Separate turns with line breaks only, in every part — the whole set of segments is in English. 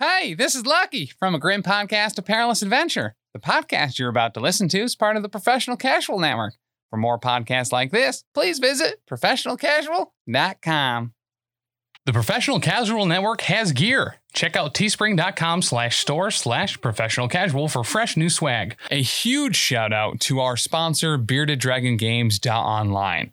Hey, this is Lucky from a grim podcast to perilous adventure. The podcast you're about to listen to is part of the Professional Casual Network. For more podcasts like this, please visit professionalcasual.com.
The Professional Casual Network has gear. Check out teespring.com slash store slash professional casual for fresh new swag.
A huge shout out to our sponsor, Bearded Dragon Games Online.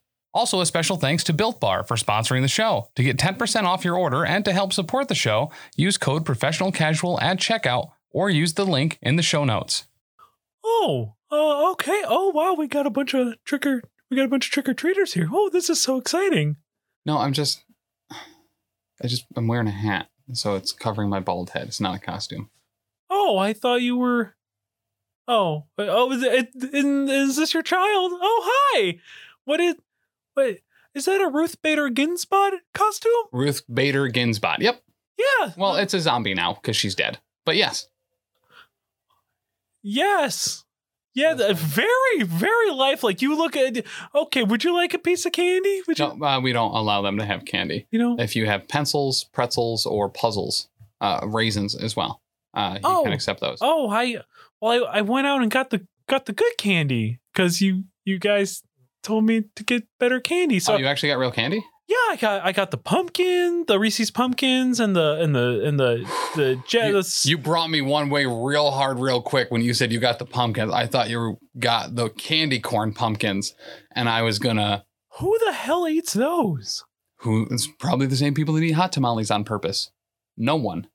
Also, a special thanks to Built Bar for sponsoring the show. To get 10% off your order and to help support the show, use code Professional Casual at checkout or use the link in the show notes.
Oh, uh, okay. Oh, wow. We got a bunch of tricker. We got a bunch of trick or treaters here. Oh, this is so exciting.
No, I'm just I just I'm wearing a hat, so it's covering my bald head. It's not a costume.
Oh, I thought you were. Oh, oh, is, it, is this your child? Oh, hi. What is? Wait, is that a Ruth Bader Ginsburg costume?
Ruth Bader Ginsburg. Yep.
Yeah.
Well, it's a zombie now because she's dead. But yes.
Yes. Yeah, the, very, very lifelike. You look at. Okay, would you like a piece of candy? Would you?
No, uh, we don't allow them to have candy.
You know.
If you have pencils, pretzels, or puzzles, uh, raisins as well, uh, you
Oh.
can accept those.
Oh, I. Well, I, I went out and got the got the good candy because you you guys told me to get better candy. So
oh, you actually got real candy?
Yeah, I got I got the pumpkin, the Reese's pumpkins, and the and the and the the jet. the-
You brought me one way real hard, real quick when you said you got the pumpkins. I thought you got the candy corn pumpkins, and I was gonna.
who the hell eats those?
Who? It's probably the same people that eat hot tamales on purpose. No one.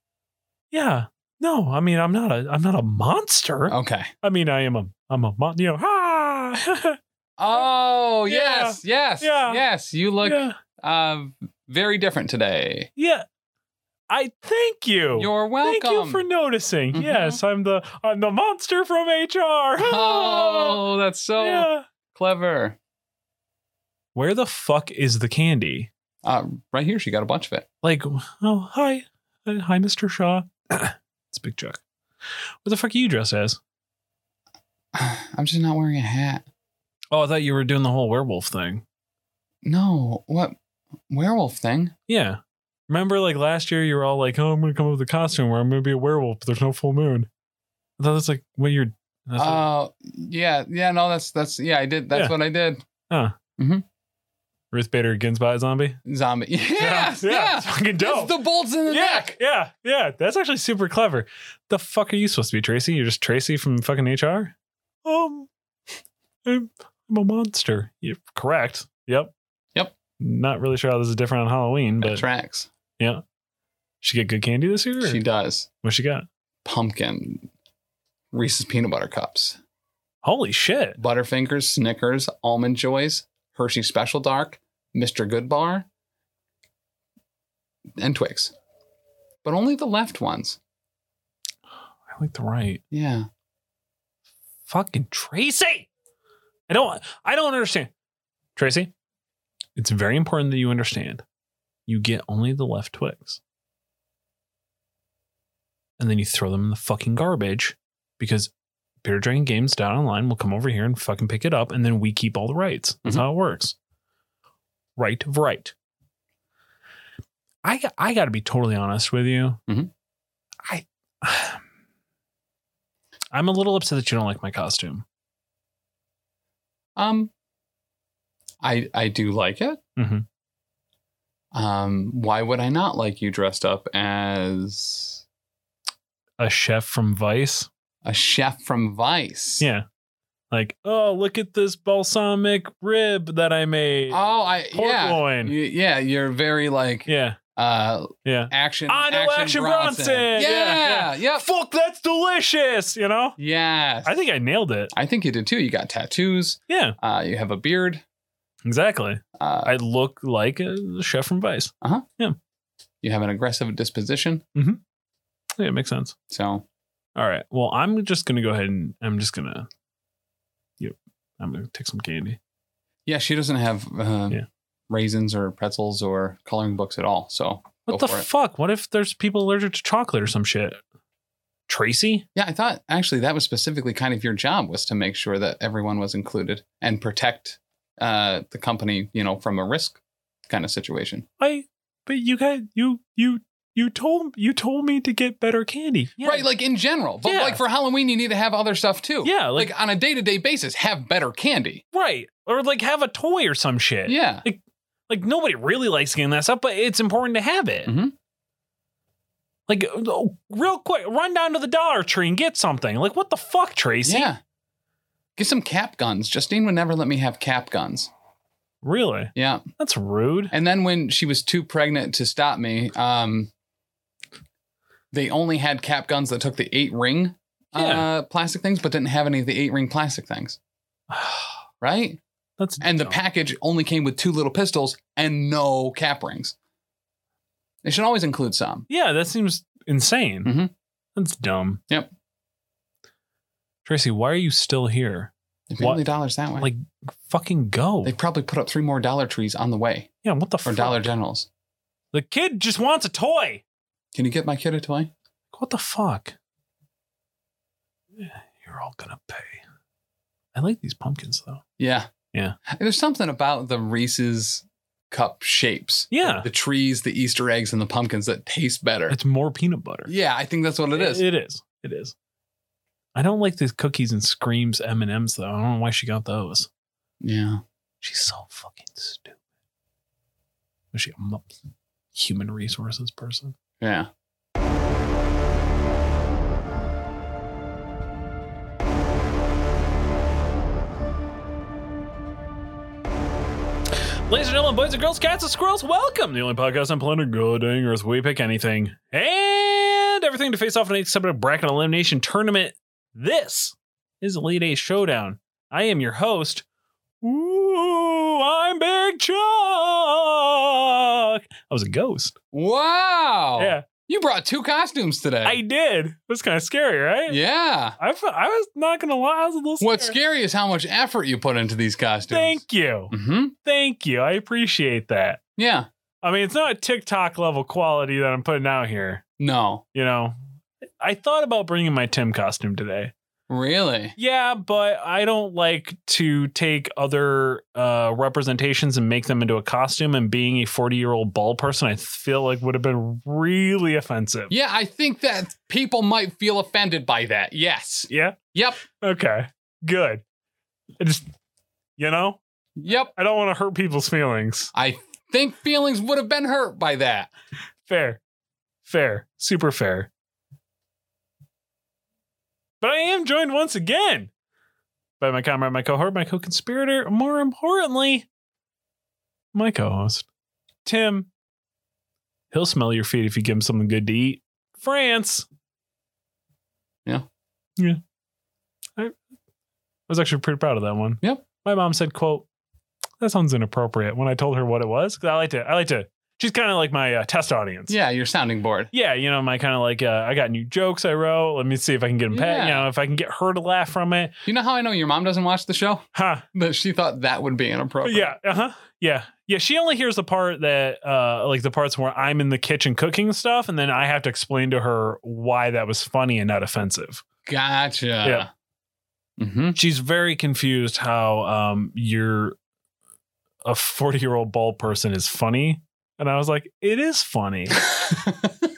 Yeah, no, I mean I'm not a I'm not a monster.
Okay.
I mean I am a I'm a mon. You know, ah,
Oh
Yeah.
yes, yes,
Yeah.
yes. You look
yeah,
uh, very different today.
yeah. I thank you.
You're welcome.
Oh. thank you for noticing.
Mhm.
Yes, I'm the I'm the monster from HR.
oh, that's so
yeah.
clever.
Where the fuck is the candy?
Uh, right here, she got a bunch of it.
like oh hi Uh, hi mr shaw it's big chuck what the fuck are you dressed as
I'm just not wearing a hat.
oh i thought you were doing the whole werewolf thing
No, what werewolf thing?
yeah remember like last year you were all like oh i'm gonna come up with a costume where i'm gonna be a werewolf but there's no full moon i thought that's like what you're that's like-
Oh, yeah, yeah. No, that's that's yeah. I did. That's
Yeah.
what I did.
ruth bader ginsburg zombie
Zombie. Yes,
yeah,
yeah.
it's fucking dope
It's the bolts in the
yeah,
neck.
yeah, yeah. That's actually super clever. The fuck are you supposed to be, Tracy? You're just Tracy from fucking HR? Um, I'm, I'm a monster. You're correct. Yep.
Yep.
Not really sure how this is different on Halloween,
That
but
tracks.
she get good candy this year? Or
She does.
what she got?
Pumpkin, Reese's peanut butter cups,
Holy shit.
Butterfingers, Snickers, Almond Joys, Hershey Special Dark, Mr. Good Bar, and Twix, but only the left ones.
I like the right.
Yeah.
Fucking Tracy. I don't I don't understand. Tracy, it's very important that you understand. You get only the left twigs. And then you throw them in the fucking garbage because Beer Dragon Games down online will come over here and fucking pick it up and then we keep all the rights. That's
Mhm.
how it works. Right of right. I I got to be totally honest with you.
Mhm.
I I'm a little upset that you don't like my costume.
Um, I I do like it.
Mhm. Mm-hmm.
Um, why would I not like you dressed up as
a chef from Vice.
a chef from Vice?
Yeah. Like, oh, look at this balsamic rib that I made.
Oh, I
Pork
yeah.
loin.
You- yeah, you're very like
yeah.
uh
Yeah.
action.
I know Action Bronson.
Yeah,
Yeah,
Yep.
Fuck, that's delicious. You know?
Yes.
I think I nailed it.
I think you did too. You got tattoos.
Yeah,
Uh, you have a beard.
exactly.
Uh,
I look like a chef from Vice.
you have an aggressive disposition.
Yeah, it makes sense.
So
All right. Well, I'm just gonna go ahead and I'm just gonna you know, I'm gonna take some candy.
Yeah, she doesn't have uh,
Yeah.
raisins or pretzels or coloring books at all. So
What
Go
the
for it.
fuck? What if there's people allergic to chocolate or some shit? Tracy?
yeah, I thought actually that was specifically kind of your job was to make sure that everyone was included and protect uh, the company, you know, from a risk kind of situation.
I but you guys you you you told you told me to get better candy. Yeah.
Right, like in general. But
Yeah.
like for Halloween, you need to have other stuff too.
Yeah, like,
Like, on a day to day basis, have better candy.
right. Or like have a toy or some shit.
Yeah.
Like nobody really likes getting that stuff, but it's important to have it.
Mhm.
Like oh, real quick, run down to the Dollar Tree and get something. Like what the fuck, Tracy?
Yeah. Get some cap guns. Justine would never let me have cap guns.
Really?
Yeah.
That's rude.
And then when she was too pregnant to stop me, um, they only had cap guns that took the eight ring
Yeah.
uh, plastic things, but didn't have any of the eight ring plastic things. Right.
That's
And the
dumb.
package only came with two little pistols and no cap rings. They should always include some.
Yeah, that seems insane.
Mhm.
That's dumb.
Yep.
Tracy, why are you still here?
It'd
What-
only dollars that way.
Like, fucking go.
they probably put up three more Dollar Trees on the way
yeah, what the
or
fuck?
Dollar Generals.
The kid just wants a toy.
Can you get my kid a toy?
What the fuck? You're all gonna pay. I like these pumpkins though.
Yeah.
Yeah.
There's something about the Reese's cup shapes.
Yeah.
The trees, the Easter eggs, and the pumpkins that taste better.
It's more peanut butter.
yeah, I think that's what it is.
It is. It is. I don't like these cookies and screams M and M's though. I don't know why she got those.
yeah.
She's so fucking stupid. Was she a mu- human resources person?
Yeah.
Ladies and gentlemen, boys and girls, cats and squirrels, welcome! to The only podcast on planet God dang Earth. We pick anything and everything to face off in except a bracket elimination tournament. This is Elite Eight Showdown. I am your host. Ooh, I'm Big Chuck. I was a ghost.
Wow.
yeah,
You brought two costumes today.
I did. It was kind of scary, right?
yeah.
I, fe- I was not gonna lie. I was a little.
What's
scared.
scary is how much effort you put into these costumes.
Thank you,
Mm-hmm.
thank you. I appreciate that.
Yeah.
I mean, it's not TikTok level quality that I'm putting out here.
No.
you know i thought about bringing my tim costume today
Really?
yeah but i don't like to take other uh representations and make them into a costume and being a 40 year old bald person i feel like would have been really offensive
Yeah, I think that people might feel offended by that. Yes.
yeah
Yep.
okay good i just you know
Yep.
i don't want to hurt people's feelings
I think feelings would have been hurt by that.
fair fair super fair but i am joined once again by my comrade my cohort my co-conspirator more importantly my co-host tim he'll smell your feet if you give him something good to eat france
Yeah.
yeah i was actually pretty proud of that one
Yep.
my mom said quote that sounds inappropriate when i told her what it was 'cause i like to i like to she's kind of like my uh, test audience
Yeah, your sounding board.
yeah, you know, my kind of like, uh, I got new jokes I wrote. Let me see if I can get them pat. You
Yeah.
know, if I can get her to laugh from it.
You know how I know your mom doesn't watch the show?
Huh.
That she thought that would be
But
inappropriate.
yeah. Uh huh. Yeah. Yeah. She only hears the part that, uh, like the parts where I'm in the kitchen cooking stuff. And then I have to explain to her why that was funny and not offensive.
Gotcha. Mm-hmm.
She's very confused how, um, you're a 40 year old bald person is funny. And I was like, it is funny.
it's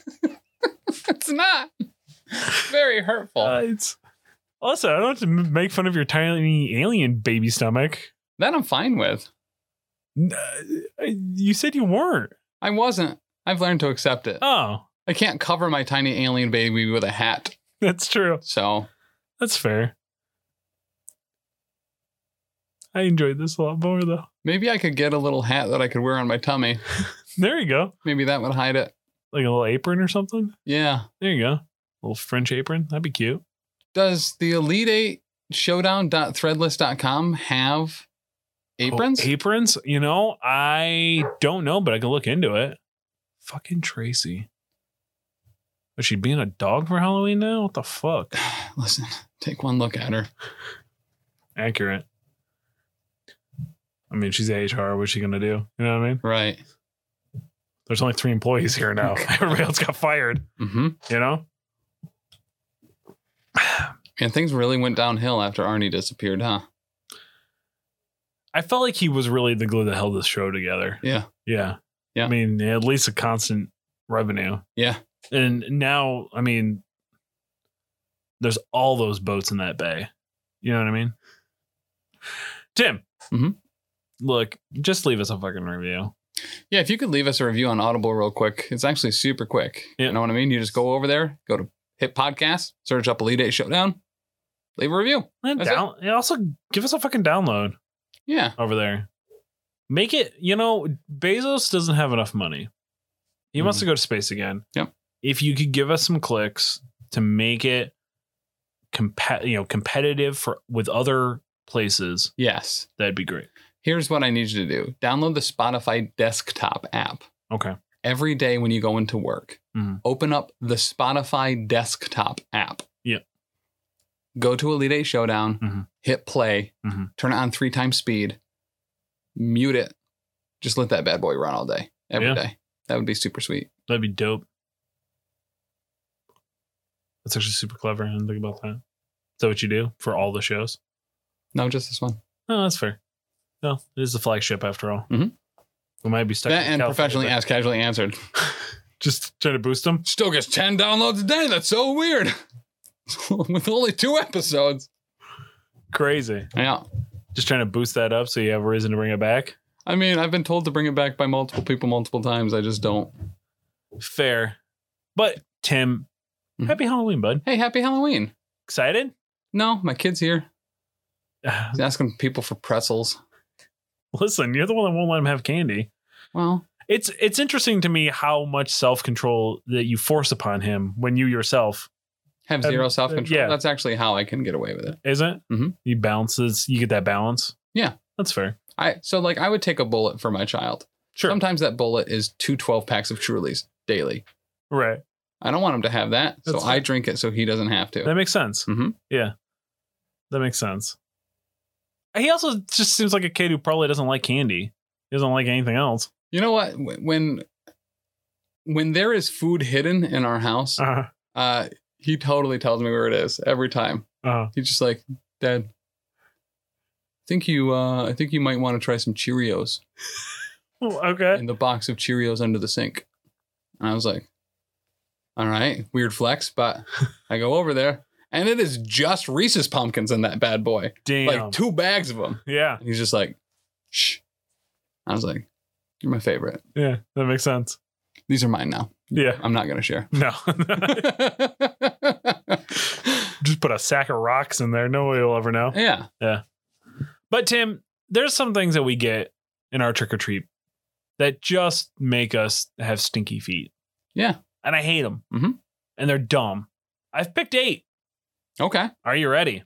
not very hurtful.
Uh, it's also, I don't have to m- make fun of your tiny alien baby stomach.
that I'm fine with.
N- uh, You said you weren't.
I wasn't. I've learned to accept it.
Oh,
I can't cover my tiny alien baby with a hat.
that's true.
So
That's fair. I enjoyed this a lot more though.
maybe I could get a little hat that I could wear on my tummy.
There you go.
Maybe that would hide it.
Like a little apron or something.
Yeah.
There you go. little French apron. That'd be cute.
Does the Elite Eight Showdown.threadless.com have aprons?
Oh, aprons? You know, I don't know, but I can look into it. Fucking Tracy. Is she being a dog for Halloween now? What the fuck?
Listen, take one look at her.
Accurate. mean, she's HR. What's she gonna do? You know what I mean?
Right.
There's only three employees here now. Everybody else got fired.
Mm-hmm.
You know?
And things really went downhill after Arnie disappeared, huh?
I felt like he was really the glue that held this show together.
Yeah.
Yeah.
Yeah.
I mean, at least a constant revenue.
Yeah.
And now, I mean, there's all those boats in that bay. You know what I mean? Tim.
Mhm.
Look, just leave us a fucking review.
Yeah, if you could leave us a review on Audible real quick, it's actually super quick.
Yeah.
You know what I mean? You just go over there, go to hit podcast, search up Elite Eight Showdown, leave a review.
And
That's
down, and also give us a fucking download
Yeah.
over there. Make it, you know, Bezos doesn't have enough money. He wants
Mhm.
to go to space again.
Yep.
If you could give us some clicks to make it compa- you know, competitive for with other places,
Yes.
that'd be great.
Here's what I need you to do download the Spotify desktop app.
Okay.
Every day when you go into work,
Mhm.
open up the Spotify desktop app.
Yeah.
Go to Elite Eight Showdown,
Mhm.
hit play,
Mhm.
turn it on three times speed, mute it. Just let that bad boy run all day, every day.
Yeah.
That would be super sweet.
That'd be dope. That's actually super clever. I didn't think about that. Is that what you do for all the shows?
No, just this one.
No, that's fair. No, it is the flagship after all.
Mhm.
We might be stuck
That
in
and
California,
professionally
but-
asked, casually answered.
Just trying to boost them.
Still gets 10 downloads a day. That's so weird. With only two episodes.
Crazy.
Yeah.
Just trying to boost that up so you have a reason to bring it back.
I mean, I've been told to bring it back by multiple people multiple times. I just don't.
Fair. But Tim,
Mhm.
happy Halloween, bud.
Hey, happy Halloween.
Excited?
No, my kid's here.
Uh,
He's asking people for pretzels.
Listen, you're the one that won't let him have candy.
Well,
It's it's interesting to me how much self control that you force upon him when you yourself
have
Um,
zero self control.
yeah.
That's actually how I can get away with it.
isn't.
Mhm.
You balances. You get that balance.
Yeah.
that's fair.
I So, like, I would take a bullet for my child.
Sure.
Sometimes that bullet is two 12 packs of Trulies daily.
right.
I don't want him to have that. so
That's
I
fair.
drink it so he doesn't have to.
That makes sense.
Mhm.
Yeah, that makes sense. He also just seems like a kid who probably doesn't like candy. He doesn't like anything else.
You know what? Wh- When when there is food hidden in our house,
Uh-huh.
uh, he totally tells me where it is every time.
Uh-huh.
He's just like, "Dad, I think you, uh, I think you might want to try some Cheerios
Oh, okay.
in the box of Cheerios under the sink." And I was like, "All right, weird flex," but I go over there, and it is just Reese's pumpkins in that bad boy,
Damn.
like two bags of them.
yeah.
And he's just like, "Shh." I was like, "You're my favorite.
Yeah. That makes sense.
These are mine now.
Yeah.
I'm not gonna share."
No.
yeah.
just put a sack of rocks in there. Nobody will ever know. But Tim, there's some things that we get in our trick or treat that just make us have stinky feet.
Yeah.
And I hate them.
Mhm.
And they're dumb. I've picked eight.
Okay.
Are you ready?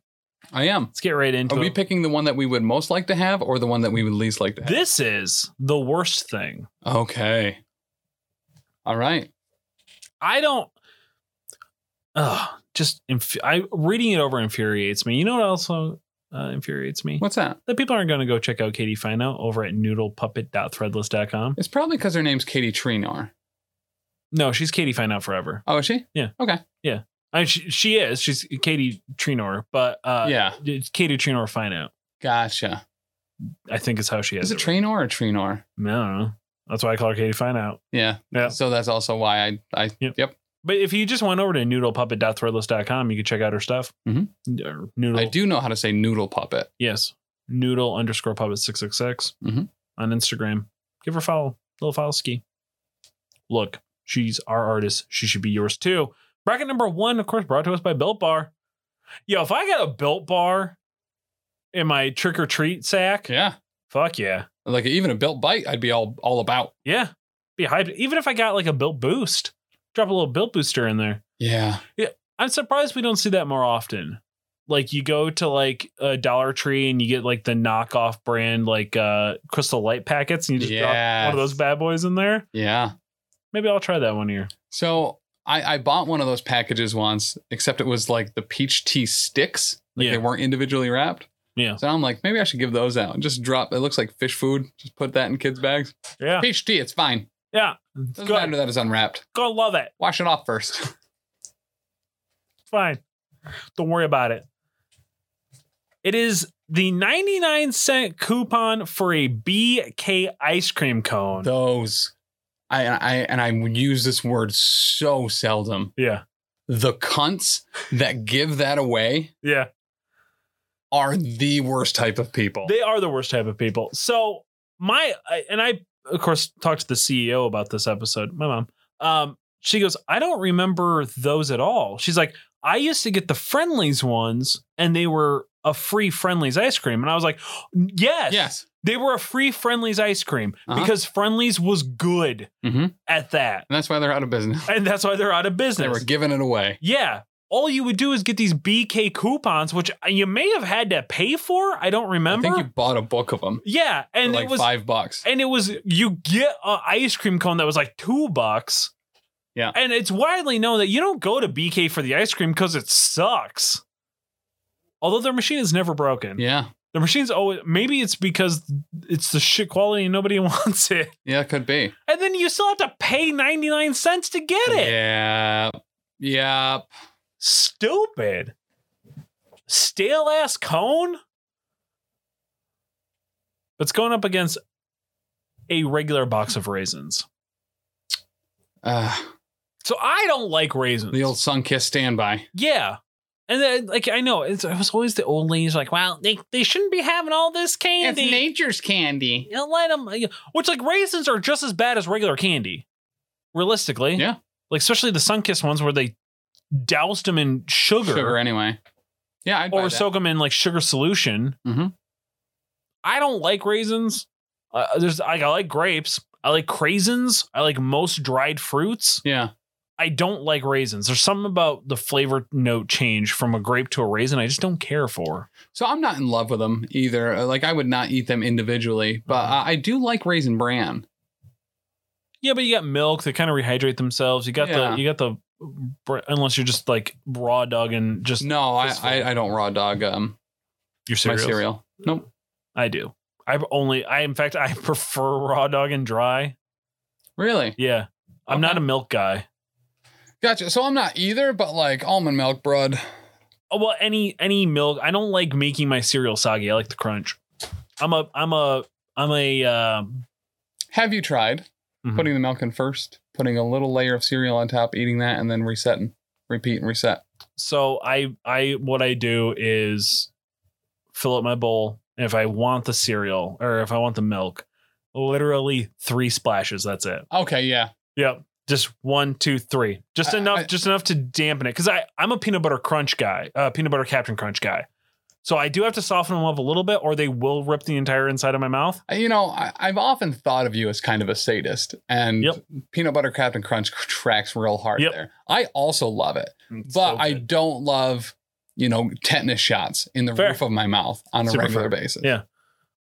I am.
Let's get right into
Are Oh, we
it.
picking the one that we would most like to have or the one that we would least like to have?
this is the worst thing.
okay. All right.
I don't. Ugh, just inf- I reading it over infuriates me. You know what also uh, infuriates me?
What's that?
That people aren't going to go check out Katie Fino over at noodlepuppet.threadless.com.
It's probably because her name's Katie Trinar.
No, she's Katie Fino forever.
Oh, is she?
I mean, she, she is. She's Katie Trinor, but uh,
yeah.
it's Katie Trinor Fino.
Gotcha.
I think is how she has
Is it
it.
Trinor or Trinor?
I don't know. That's why I call her Katie Fino.
Yeah.
Yeah.
So that's also why I, I yep.
Yep. But if you just went over to noodlepuppet.threadless.com, you can check out her stuff.
Mhm.
Or Noodle.
I do know how to say noodle puppet.
Yes. Noodle underscore puppet six six six
Mhm.
on Instagram. Give her a follow. Little follow ski. Look, she's our artist. She should be yours too. Bracket number one, of course, brought to us by Built Bar. Yo, if I got a Built Bar in my trick or treat sack,
Yeah.
fuck yeah,
Like even a built bite, I'd be all all about.
yeah, be hyped. Even if I got like a Built Boost, drop a little Built Booster in there.
Yeah.
I'm surprised we don't see that more often. Like you go to like a Dollar Tree and you get like the knockoff brand like uh Crystal Light packets and you just drop one
Yes.
of those bad boys in there.
Yeah.
Maybe I'll try that one year.
So I, I bought one of those packages once, except it was like the peach tea sticks. Like
Yeah.
they weren't individually wrapped.
Yeah.
So I'm like, maybe I should give those out. Just drop. It looks like fish food. Just put that in kids' bags.
Yeah.
Peach tea. It's fine.
Yeah.
Doesn't
Good.
matter that it's unwrapped.
Gonna love it.
Wash it off first.
Fine. Don't worry about it. It is the 99 cent coupon for a BK ice cream cone.
Those. I, I and I use this word so seldom.
yeah.
The cunts that give that away
Yeah.
are the worst type of people.
They are the worst type of people. So my I- and I of course talked to the CEO about this episode. My mom. Um, she goes, I don't remember those at all. She's like, I used to get the friendlies ones, and they were a free friendlies ice cream, and I was like, yes,
yes.
they were a free friendlies ice cream
Uh-huh.
because friendlies was good
Mhm.
at that,
And that's why they're out of business.
and that's why they're out of
They
business.
were giving it away.
yeah. All you would do is get these BK coupons, which uh, you may have had to pay for. I don't remember.
I think you bought a book of them.
yeah, and
for like
it was
five bucks.
and it was you get an ice cream cone that was like two bucks.
Yeah.
and it's widely known that you don't go to BK for the ice cream because it sucks. Although their machine is never broken,
Yeah.
the machine's always maybe it's because it's the shit quality and nobody wants it,
Yeah, it could be.
and then you still have to pay ninety nine cents to get it.
Yeah. Yeah.
Stupid, stale ass cone. But It's going up against a regular box of raisins.
Uh,
So I don't like raisins.
the old sun kiss standby.
yeah. And then, like I know it's it was always the old ladies like, well, they, they shouldn't be having all this candy.
nature's candy.
You know, let them, which like raisins are just as bad as regular candy, realistically.
Yeah.
Like especially the Sunkist ones where they doused them in sugar,
Sugar, anyway. Yeah, I'd buy
or
that.
soak them in like sugar solution.
Mhm.
I don't like raisins. Uh, there's I, I like grapes. I like craisins. I like most dried fruits.
Yeah.
I don't like raisins. There's something about the flavor note change from a grape to a raisin I just don't care for.
So I'm not in love with them either. Uh, Like I would not eat them individually, but
Uh-huh.
I I do like raisin bran.
Yeah, but you got milk. They kind of rehydrate themselves. You got
Yeah.
the you got the br- unless you're just like raw dog and just
No, I,
Just
I, I don't raw dog um
your cereals.
my cereal. Nope.
I do. I only I in fact I prefer raw dog and dry.
Really?
Yeah. I'm
Okay.
not a milk guy.
Gotcha. So I'm not either, but like almond milk, bread.
Oh, well, any any milk. I don't like making my cereal soggy. I like the crunch. I'm a I'm a I'm a um
Have you tried
Mhm.
putting the milk in first, putting a little layer of cereal on top, eating that, and then resetting, repeat and reset?
so I I what I do is fill up my bowl. And if I want the cereal or if I want the milk, literally three splashes. That's it.
Okay, yeah.
Yep. Just one, two, three. Just
I-
enough,
I-
just enough to dampen it. Cause I, I'm a peanut butter crunch guy, uh, peanut butter captain crunch guy. So I do have to soften them up a little bit or they will rip the entire inside of my mouth.
I- You know, I, I've often thought of you as kind of a sadist, and
Yep.
peanut butter Captain Crunch tracks real hard
Yep.
there. I also love it,
It's
but
so
I
good.
don't love, you know, tetanus shots in the
Fair.
roof of my mouth on a
Super
regular
fair.
basis.
Yeah.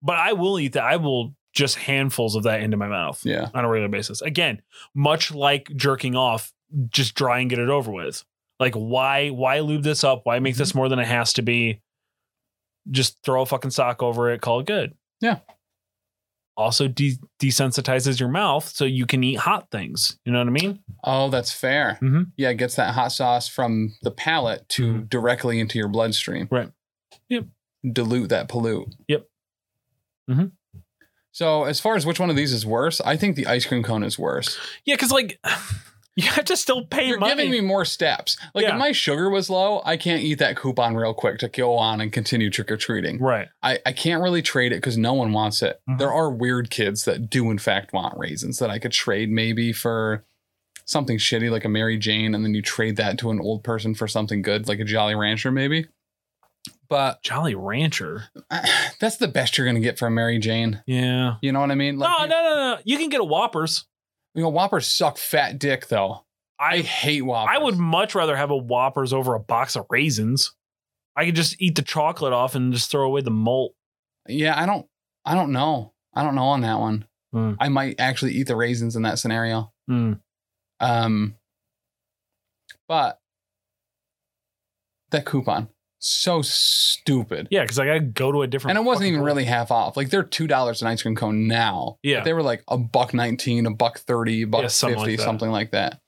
but I will eat that. I will just handfuls of that into my mouth
Yeah.
on a regular basis. Again, much like jerking off, just try and get it over with. Like why, why lube this up? Why make
Mm-hmm.
this more than it has to be? Just throw a fucking sock over it. Call it good.
Yeah.
Also de- desensitizes your mouth so you can eat hot things. You know what I mean?
Oh, that's fair.
Mhm.
Yeah, it gets that hot sauce from the palate to
Mhm.
directly into your bloodstream.
Right. Yep.
Dilute that pollute.
Yep. Mhm.
So as far as which one of these is worse, I think the ice cream cone is worse.
Yeah, because like you have to still pay
You're
money.
giving me more steps. Like
Yeah.
if my sugar was low, I can't eat that coupon real quick to go on and continue trick or treating.
right.
I, I can't really trade it because no one wants it.
Mhm.
There are weird kids that do in fact want raisins that I could trade maybe for something shitty like a Mary Jane, and then you trade that to an old person for something good like a Jolly Rancher maybe. But
Jolly Rancher.
uh, that's the best you're gonna get for a Mary Jane.
Yeah.
You know what I mean? Like,
no, no, no, no. You can get a Whoppers.
You know, Whoppers suck fat dick though. I, hate Whoppers.
I would much rather have a Whoppers over a box of raisins. I could just eat the chocolate off and just throw away the malt.
Yeah, I don't. I don't know. I don't know on that one.
Hmm.
I might actually eat the raisins in that scenario. Um, but that coupon, so stupid.
Yeah, because like I go to a different.
And it wasn't
fucking
even
place.
really half off. Like they're two dollars an ice cream cone now. but
Yeah.
they were like a buck nineteen, a buck thirty, a buck
Yeah, something like
fifty,
that.
something like that.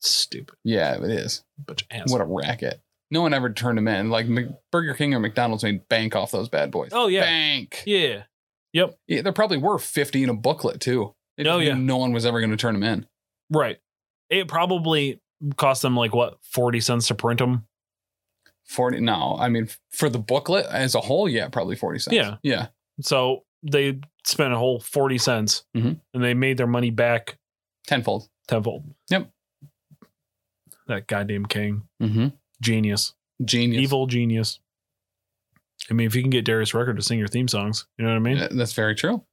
stupid.
Yeah, it is.
Bunch of ass.
What a racket. No one ever turned them in. Like Mc- Burger King or McDonald's made bank off those bad boys.
Oh yeah,
Bank.
yeah.
Yeah, there probably were 50 in a booklet too. It
Oh,
just
yeah.
mean No one was ever going to turn them in.
Right. It probably cost them like what forty cents to print them.
40. No, I mean, for the booklet as a whole, yeah, probably 40 cents.
Yeah.
Yeah.
So they spent a whole forty cents,
Mhm.
and they made their money back
Tenfold.
tenfold.
Yep.
That goddamn king,
Mm-hmm.
genius,
Genius.
evil genius. I mean, if you can get Darius Rucker to sing your theme songs, you know what I mean.
Yeah, That's very true.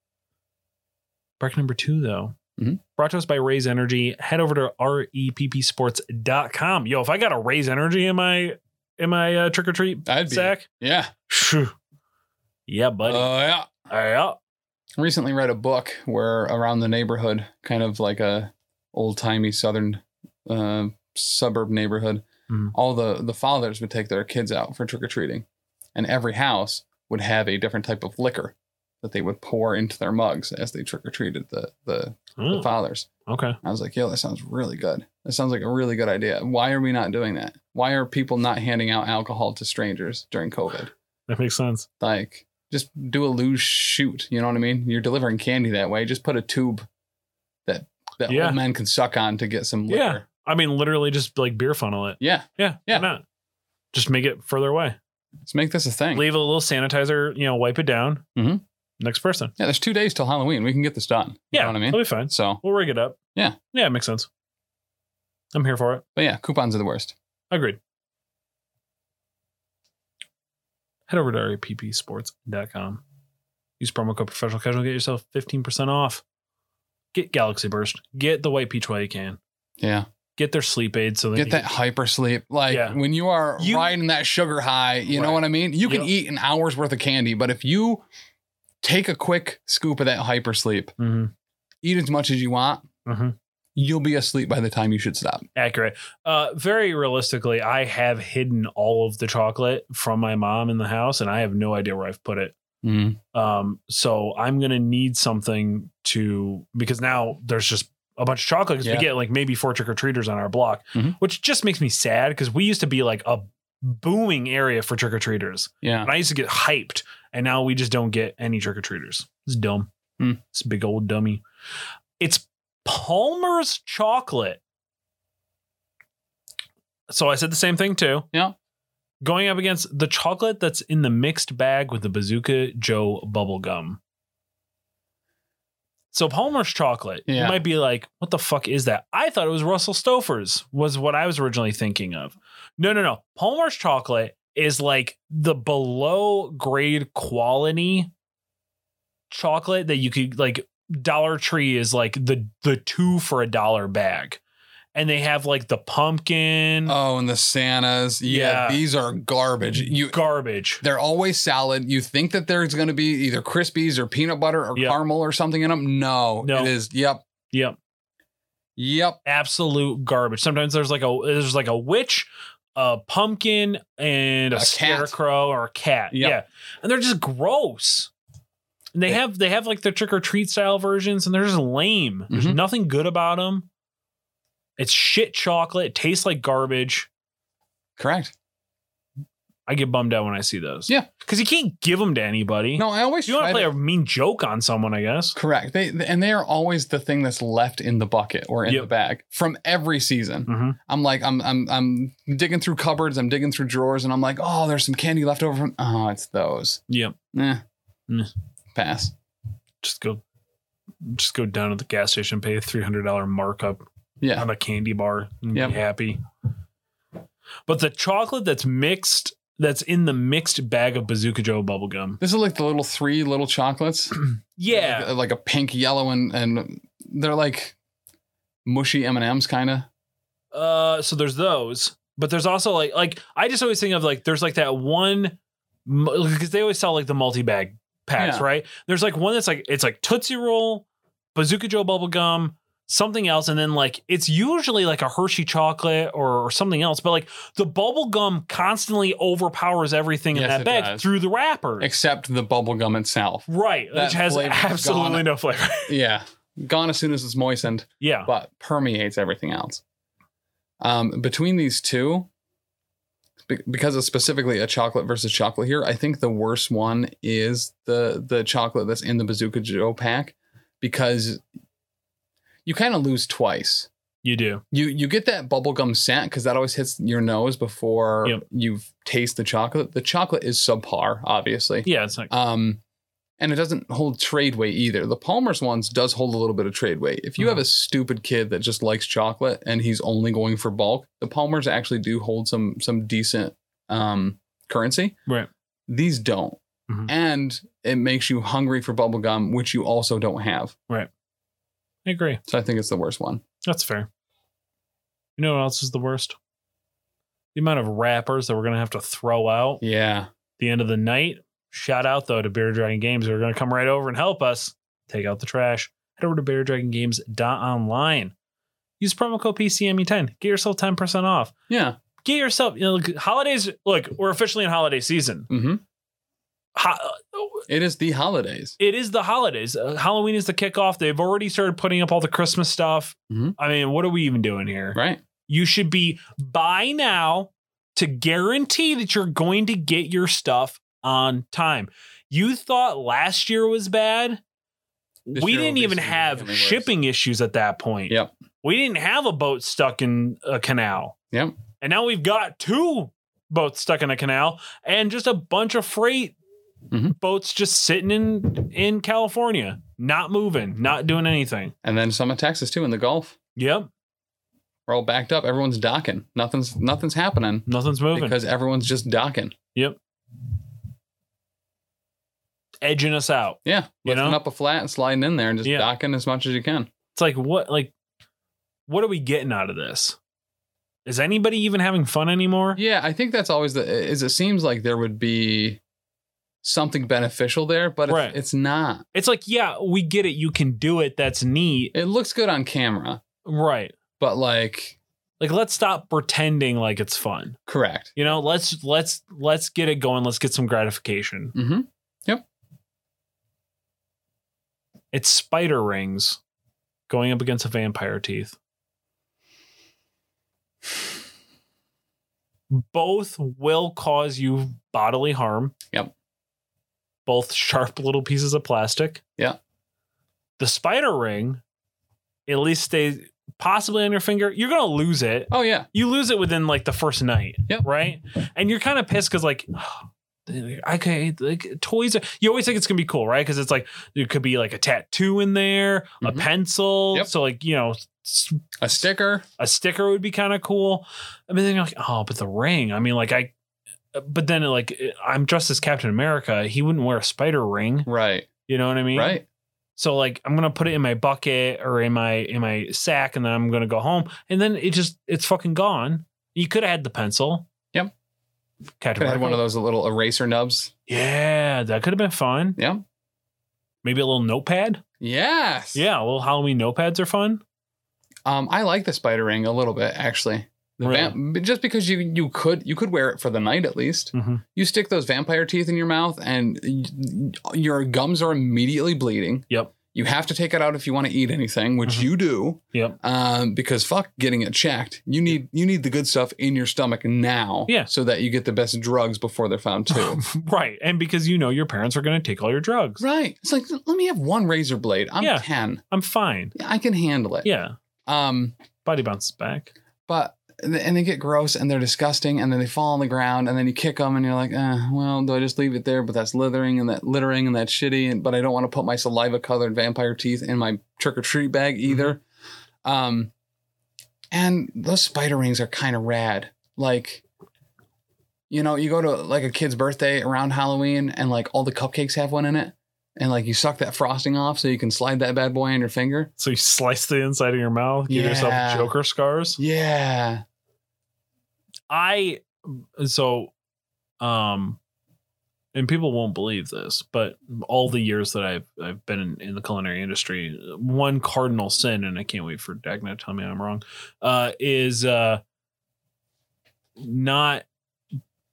Break number two, though.
Mhm.
Brought to us by Raise Energy. Head over to E reppsports.com. Yo, if I got a Raise Energy in my in my uh, trick or treat
I'd be.
sack,
Yeah.
phew. yeah,
Oh,
buddy.
yeah.
yeah.
Recently read a book where around the neighborhood, kind of like a old timey southern uh, suburb neighborhood,
Mhm.
all the, the fathers would take their kids out for trick or treating. And every house would have a different type of liquor that they would pour into their mugs as they trick or treated the, the, the
Oh,
fathers.
okay.
I was like, yo, that sounds really good. That sounds like a really good idea. Why are we not doing that? Why are people not handing out alcohol to strangers during COVID?
That makes sense.
Like, just do a loose shoot. You know what I mean? You're delivering candy that way. Just put a tube that that
Yeah.
old men can suck on to get some
Yeah.
liquor.
I mean, literally just like beer funnel it.
Yeah.
Yeah. why
Yeah.
Not. Just make it further away.
Let's make this a thing.
Leave a little sanitizer, you know, wipe it down.
Mhm.
Next person.
Yeah, there's two days till Halloween. We can get this done. You
Yeah.
know what I mean?
It'll be fine.
So,
We'll rig it up.
Yeah.
Yeah, it makes sense. I'm here for it.
but yeah, coupons are the worst.
Agreed. Head over to reppsports.com. Use promo code professional casual. Get yourself 15% off. Get Galaxy Burst. Get the white peach while you can.
Yeah.
Get their sleep aid so they
Get that hyper sleep. Like
Yeah.
when you are
You-
riding that sugar high, you
Right.
know what I mean? You can
Yep.
eat an hour's worth of candy, but if you take a quick scoop of that hyper sleep,
hmm
eat as much as you want,
Mhm.
you'll be asleep by the time you should stop.
accurate. Uh, very realistically, I have hidden all of the chocolate from my mom in the house, and I have no idea where I've put it. Um, so I'm gonna need something to because now there's just a bunch of chocolate 'cause
Yeah.
we get like maybe four trick or treaters on our block,
Mhm.
which just makes me sad because we used to be like a booming area for trick or treaters,
Yeah.
and I used to get hyped, and now we just don't get any trick or treaters. It's dumb.
Hmm.
It's a big old dummy. It's Palmer's chocolate. So I said the same thing too going up against the chocolate that's in the mixed bag with the Bazooka Joe bubblegum. So Palmer's chocolate, you
Yeah.
might be like, what the fuck is that? I thought it was Russell Stover's, was what I was originally thinking of. No, no, no. Palmer's chocolate is like the below grade quality chocolate that you could like Dollar Tree is like the the two for a dollar bag. And they have like the pumpkin
Oh, and the Santas. Yeah,
Mm. Yeah.
These are garbage. You
garbage.
they're always salad. You think that there's gonna be either Krispies or peanut butter or
Yep.
caramel or something in them. No,
No.
It is yep.
Yep.
Yep.
absolute garbage. Sometimes there's like a there's like a witch, a pumpkin, and a,
A cat.
scarecrow or a cat.
Yep.
Yeah, and they're just gross. And they
They-
have they have like their trick or treat style versions, and they're just lame. There's
Mhm.
nothing good about them. It's shit chocolate. It tastes like garbage.
Correct.
I get bummed out when I see those.
Yeah.
because you can't give them to anybody.
No, I always
you want
try
to play
to-
a mean joke on someone, I guess.
Correct. They and they are always the thing that's left in the bucket or in
Yep.
the bag from every season.
Mm-hmm.
I'm like, I'm I'm I'm digging through cupboards, I'm digging through drawers, and I'm like, oh, there's some candy left over from. Oh, it's those.
Yep.
Eh.
Mm.
Pass.
Just go, just go down to the gas station, pay a three hundred dollar markup.
Yeah.
on a candy bar and
Yep.
be happy. But the chocolate that's mixed, that's in the mixed bag of Bazooka Joe bubblegum.
This is like the little three little chocolates.
Yeah.
Like, uh, like a pink, yellow, and and they're like mushy M and M's kind of.
Uh, so there's those, but there's also like, like I just always think of like, there's like that one, because they always sell like the multi bag packs,
Yeah.
right? There's like one that's like, it's like Tootsie Roll, Bazooka Joe bubblegum, something else, and then like it's usually like a Hershey chocolate or, or something else, but like the bubble gum constantly overpowers everything in
Yes,
that
it
bag
does.
through the wrapper.
except the bubble gum itself.
right,
that
which has
flavor's
absolutely
gone.
no flavor.
Yeah, gone as soon as it's moistened,
yeah.
but permeates everything else. Um, between these two, be- because it's specifically a chocolate versus chocolate here, I think the worst one is the the chocolate that's in the Bazooka Joe pack because you kind of lose twice.
You do.
You you get that bubblegum scent because that always hits your nose before
Yep.
you taste the chocolate. The chocolate is subpar, obviously.
Yeah, it's like
Um, and it doesn't hold trade weight either. The Palmer's ones does hold a little bit of trade weight. If you have a stupid kid that just likes chocolate and he's only going for bulk, the Palmer's actually do hold some some decent um, currency.
Right.
These don't,
Mhm.
and it makes you hungry for bubblegum, which you also don't have.
I agree.
So I think it's the worst one.
That's fair. You know what else is the worst? The amount of wrappers that we're gonna have to throw out at
Yeah.
the end of the night. Shout out though to Bear Dragon Games. They're gonna come right over and help us take out the trash. Head over to beardragongames.online. Use promo code PCME10. E Get yourself 10% off.
Yeah.
Get yourself, you know, look, holidays. Look, we're officially in holiday season.
hmm
Ho- uh,
It is the holidays.
it is the holidays. Uh, Halloween is the kickoff. They've already started putting up all the Christmas stuff.
Mhm.
I mean, what are we even doing here?
Right.
You should be buy now to guarantee that you're going to get your stuff on time. You thought last year was bad.
This
we
year
didn't
will be
even have
significantly worse.
shipping issues at that point.
Yep.
We didn't have a boat stuck in a canal.
Yep.
And now we've got two boats stuck in a canal and just a bunch of freight
Mhm.
boats just sitting in in California, not moving, not doing anything.
And then some in Texas too in the Gulf.
Yep.
We're all backed up. Everyone's docking. Nothing's nothing's happening
Nothing's moving.
because everyone's just docking.
Edging us out.
Yeah.
You
Lifting
know?
up a flat and sliding in there and just
Yeah.
docking as much as you can.
It's like what like what are we getting out of this? Is anybody even having fun anymore?
Yeah, I think that's always the is it seems like there would be something beneficial there, but
Right.
it's, it's not.
It's like, yeah, we get it, you can do it, that's neat.
It looks good on camera,
Right.
but like
Like let's stop pretending like it's fun.
correct.
You know, let's let's let's get it going, let's get some gratification.
Mm-hmm.
It's spider rings going up against a vampire teeth. Both will cause you bodily harm.
Yep.
Both sharp little pieces of plastic.
Yeah.
The spider ring, at least stays possibly on your finger. You're gonna lose it.
Oh yeah.
You lose it within like the first night.
Yep.
Right. And you're kind of pissed because like okay, like toys. Are, you always think it's gonna be cool, right? Because it's like it could be like a tattoo in there, a
Mhm.
pencil.
Yep.
So like you know, s-
A sticker.
a sticker would be kind of cool. I mean, then you're like, oh, but the ring. I mean, like I. But then, like, I'm dressed as Captain America. He wouldn't wear a spider ring.
Right.
You know what I mean?
Right.
So, like, I'm gonna put it in my bucket or in my in my sack, and then I'm gonna go home. And then it just it's fucking gone. You could have had the pencil.
Yep.
Captain
Could have had
America.
one of those little eraser nubs.
Yeah, that could have been fun.
Yeah.
Maybe a little notepad.
Yes.
Yeah, little Halloween notepads are fun.
Um, I like the spider ring a little bit actually. The
Really?
vamp- just because you you could you could wear it for the night at least.
Mhm.
You stick those vampire teeth in your mouth and y- your gums are immediately bleeding.
Yep.
You have to take it out if you want to eat anything, which
Mhm.
you do.
Yep.
Um, because fuck getting it checked. You need you need the good stuff in your stomach now.
Yeah.
So that you get the best drugs before they're found too.
Right. And because you know your parents are going to take all your drugs.
right. It's like let me have one razor blade. I'm
Yeah.
ten.
I'm fine.
I can handle it.
Yeah.
Um.
Body bounces back.
but and they get gross and they're disgusting and then they fall on the ground and then you kick them and you're like, eh, well, do I just leave it there? But that's lithering and that littering and that's shitty. And but I don't want to put my saliva colored vampire teeth in my trick or treat bag either. Um, and those spider rings are kind of rad. Like, you know, you go to like a kid's birthday around Halloween and like all the cupcakes have one in it. And like you suck that frosting off so you can slide that bad boy on your finger.
So you slice the inside of your mouth, give yourself
Yeah.
Joker scars.
Yeah.
I, so, um, and people won't believe this, but all the years that I've I've been in, in the culinary industry, one cardinal sin, and I can't wait for Dagna to tell me I'm wrong, uh, is uh, not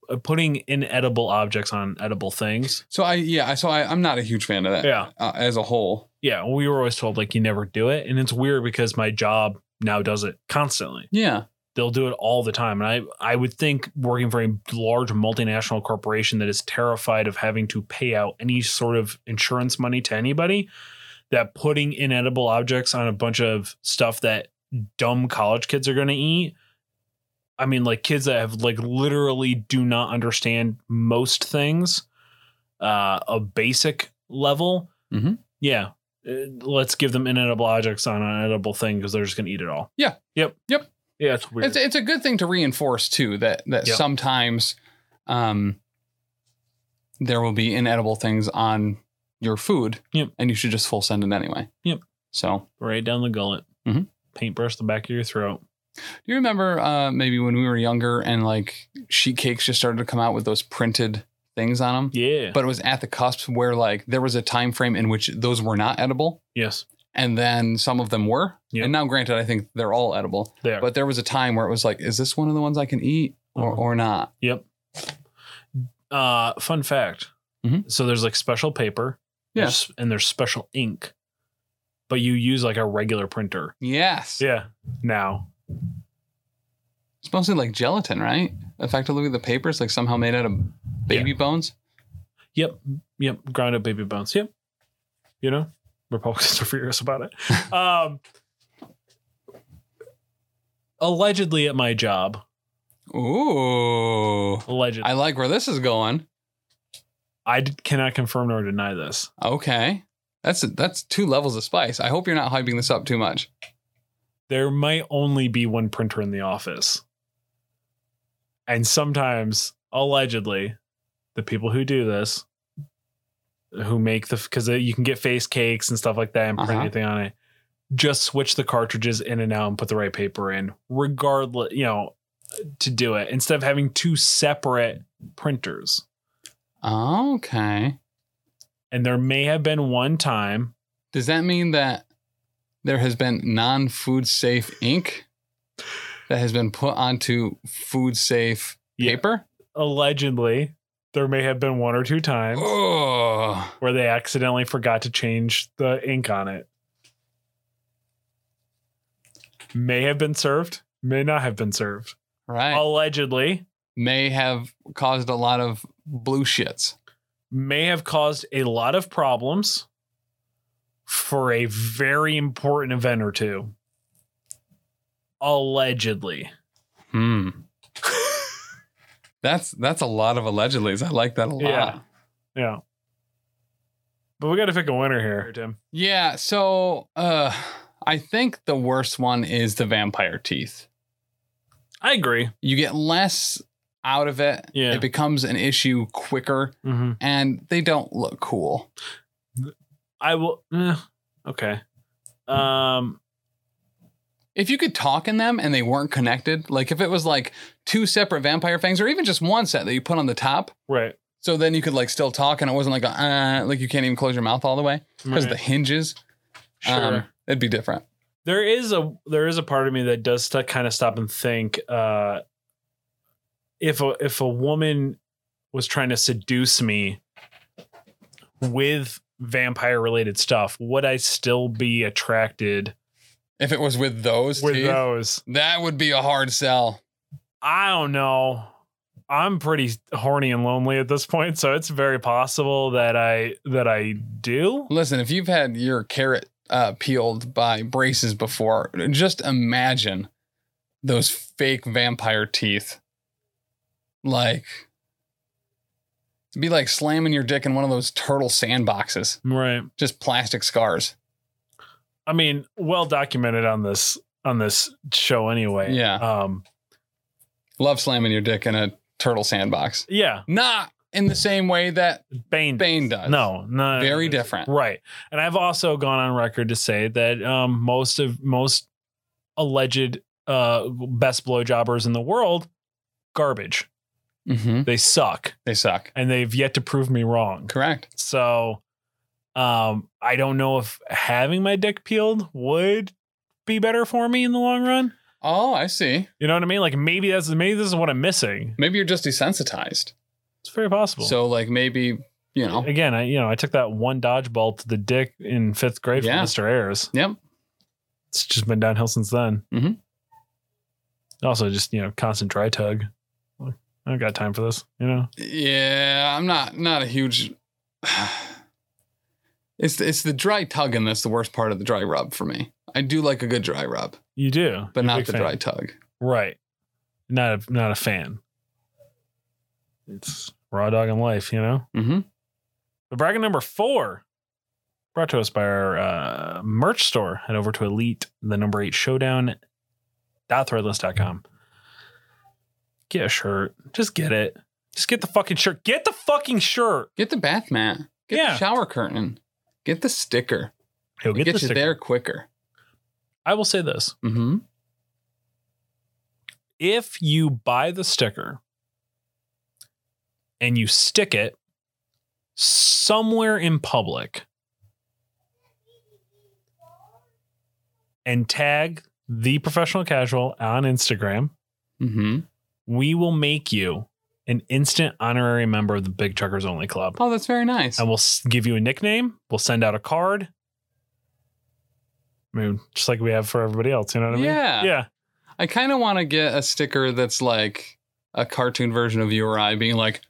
uh, putting inedible objects on edible things.
So I yeah, I so I, I'm not a huge fan of that
Yeah,
uh, as a whole.
yeah. We were always told like you never do it, and it's weird because my job now does it constantly.
Yeah,
they'll do it all the time and i i would think working for a large multinational corporation that is terrified of having to pay out any sort of insurance money to anybody that putting inedible objects on a bunch of stuff that dumb college kids are going to eat i mean like kids that have like literally do not understand most things uh a basic level
Mhm.
yeah Uh, let's give them inedible objects on an edible thing because they're just going to eat it all
Yeah.
yep
Yep.
yeah it's weird
it's it's a good thing to reinforce too that that
Yeah.
sometimes, um, there will be inedible things on your food,
Yep.
and you should just full send it anyway.
Yep.
So
right down the gullet.
Mhm.
Paintbrush the back of your throat.
do you remember uh, maybe when we were younger and like sheet cakes just started to come out with those printed things on them?
Yeah.
But it was at the cusp where like there was a time frame in which those were not edible,
yes,
and then some of them were.
Yeah.
And now, granted, I think they're all edible,
they are.
but there was a time where it was like, is this one of the ones I can eat or
Mhm.
or not?
yep. Uh, fun fact.
Mhm.
So there's like special paper.
Yeah.
There's- And there's special ink, but you use like a regular printer.
Yes.
Yeah. Now.
It's mostly like gelatin, right? Effectively, the paper is like somehow made out of baby bones.
Yep. Yep. Ground up baby bones. Yep. You know, Republicans are furious about it. um, allegedly at my job.
Ooh.
Allegedly.
I like where this is going.
I d- cannot confirm nor deny this.
Okay. That's that's two levels of spice. I hope you're not hyping this up too much.
there might only be one printer in the office. And sometimes, allegedly, the people who do this, who make the, because you can get face cakes and stuff like that and print
Uh-huh.
anything on it, just switch the cartridges in and out and put the right paper in, regardless, you know, to do it instead of having two separate printers.
Okay.
And there may have been one time
Does that mean that there has been non-food safe ink that has been put onto food safe
Yeah.
paper?
allegedly there may have been one or two times
Oh.
where they accidentally forgot to change the ink on it. May have been served, may not have been served.
Right.
Allegedly,
May have caused a lot of blue shits.
may have caused a lot of problems for a very important event or two. Allegedly.
Hmm. That's that's a lot of allegedlys. I like that a lot.
Yeah. Yeah. But we got to pick a winner here, Tim.
Yeah, so uh I think the worst one is the vampire teeth.
I agree.
You get less out of it.
Yeah.
It becomes an issue quicker
Mm-hmm.
and they don't look cool.
I will. eh, okay. Um.
If you could talk in them and they weren't connected, like if it was like two separate vampire fangs or even just one set that you put on the top,
Right.
so then you could like still talk and it wasn't like a, uh, like you can't even close your mouth all the way because um,
right.
the hinges,
Sure.
it'd be different.
there is a there is a part of me that does st- kind of stop and think uh if a if a woman was trying to seduce me with vampire related stuff would i still be attracted
If it was with those
with
teeth,
those
that would be a hard sell.
i don't know i'm pretty horny and lonely at this point so it's very possible that i that i do
Listen, if you've had your carrot uh, peeled by braces before, just imagine those fake vampire teeth. Like, it'd be like slamming your dick in one of those turtle sandboxes,
right
just plastic scars.
I mean, well documented on this on this show anyway.
Yeah.
Um
Love slamming your dick in a turtle sandbox.
yeah,
Not in the same way that
Bane.
Bane does.
No, no.
Very different.
Right. And I've also gone on record to say that um most of most alleged uh best blowjobbers in the world garbage.
Mm-hmm.
They suck,
They suck.
and they've yet to prove me wrong.
Correct.
So, um, I don't know if having my dick peeled would be better for me in the long run.
Oh, I see.
You know what I mean? Like maybe that's maybe this is what I'm missing.
Maybe you're just desensitized.
It's very possible.
So, like, maybe, you know.
again, I you know I took that one dodgeball to the dick in fifth grade
Yeah.
from Mr. Ayers.
Yep.
It's just been downhill since then.
Mhm.
Also, just you know, constant dry tug. I don't got time for this. You know,
Yeah, I'm not not a huge. It's it's the dry tugging that's the worst part of the dry rub for me. I do like a good dry rub,
you do,
but
You're a
not
big
the
fan.
dry tug.
Right. Not a not a fan. It's raw dog in life, you know.
Mm-hmm.
But bracket number four, brought to us by our uh, merch store. Head over to Elite, the number eight showdown. Threadless.com. Get a shirt. Just get it. Just get the fucking shirt. Get the fucking shirt.
Get the bath mat. Get
Yeah.
the shower curtain. Get the sticker.
He'll
Get,
get, the
you
sticker.
there quicker.
I will say this:
Mm-hmm.
if you buy the sticker and you stick it somewhere in public and tag the professional casual on Instagram,
Mm-hmm.
we will make you an instant honorary member of the Big Truckers Only Club.
Oh, that's very nice.
And we'll s- give you a nickname. We'll send out a card. I mean, just like we have for everybody else. You know what I mean?
Yeah.
Yeah.
I kind of want to get a sticker that's like a cartoon version of you or I being like,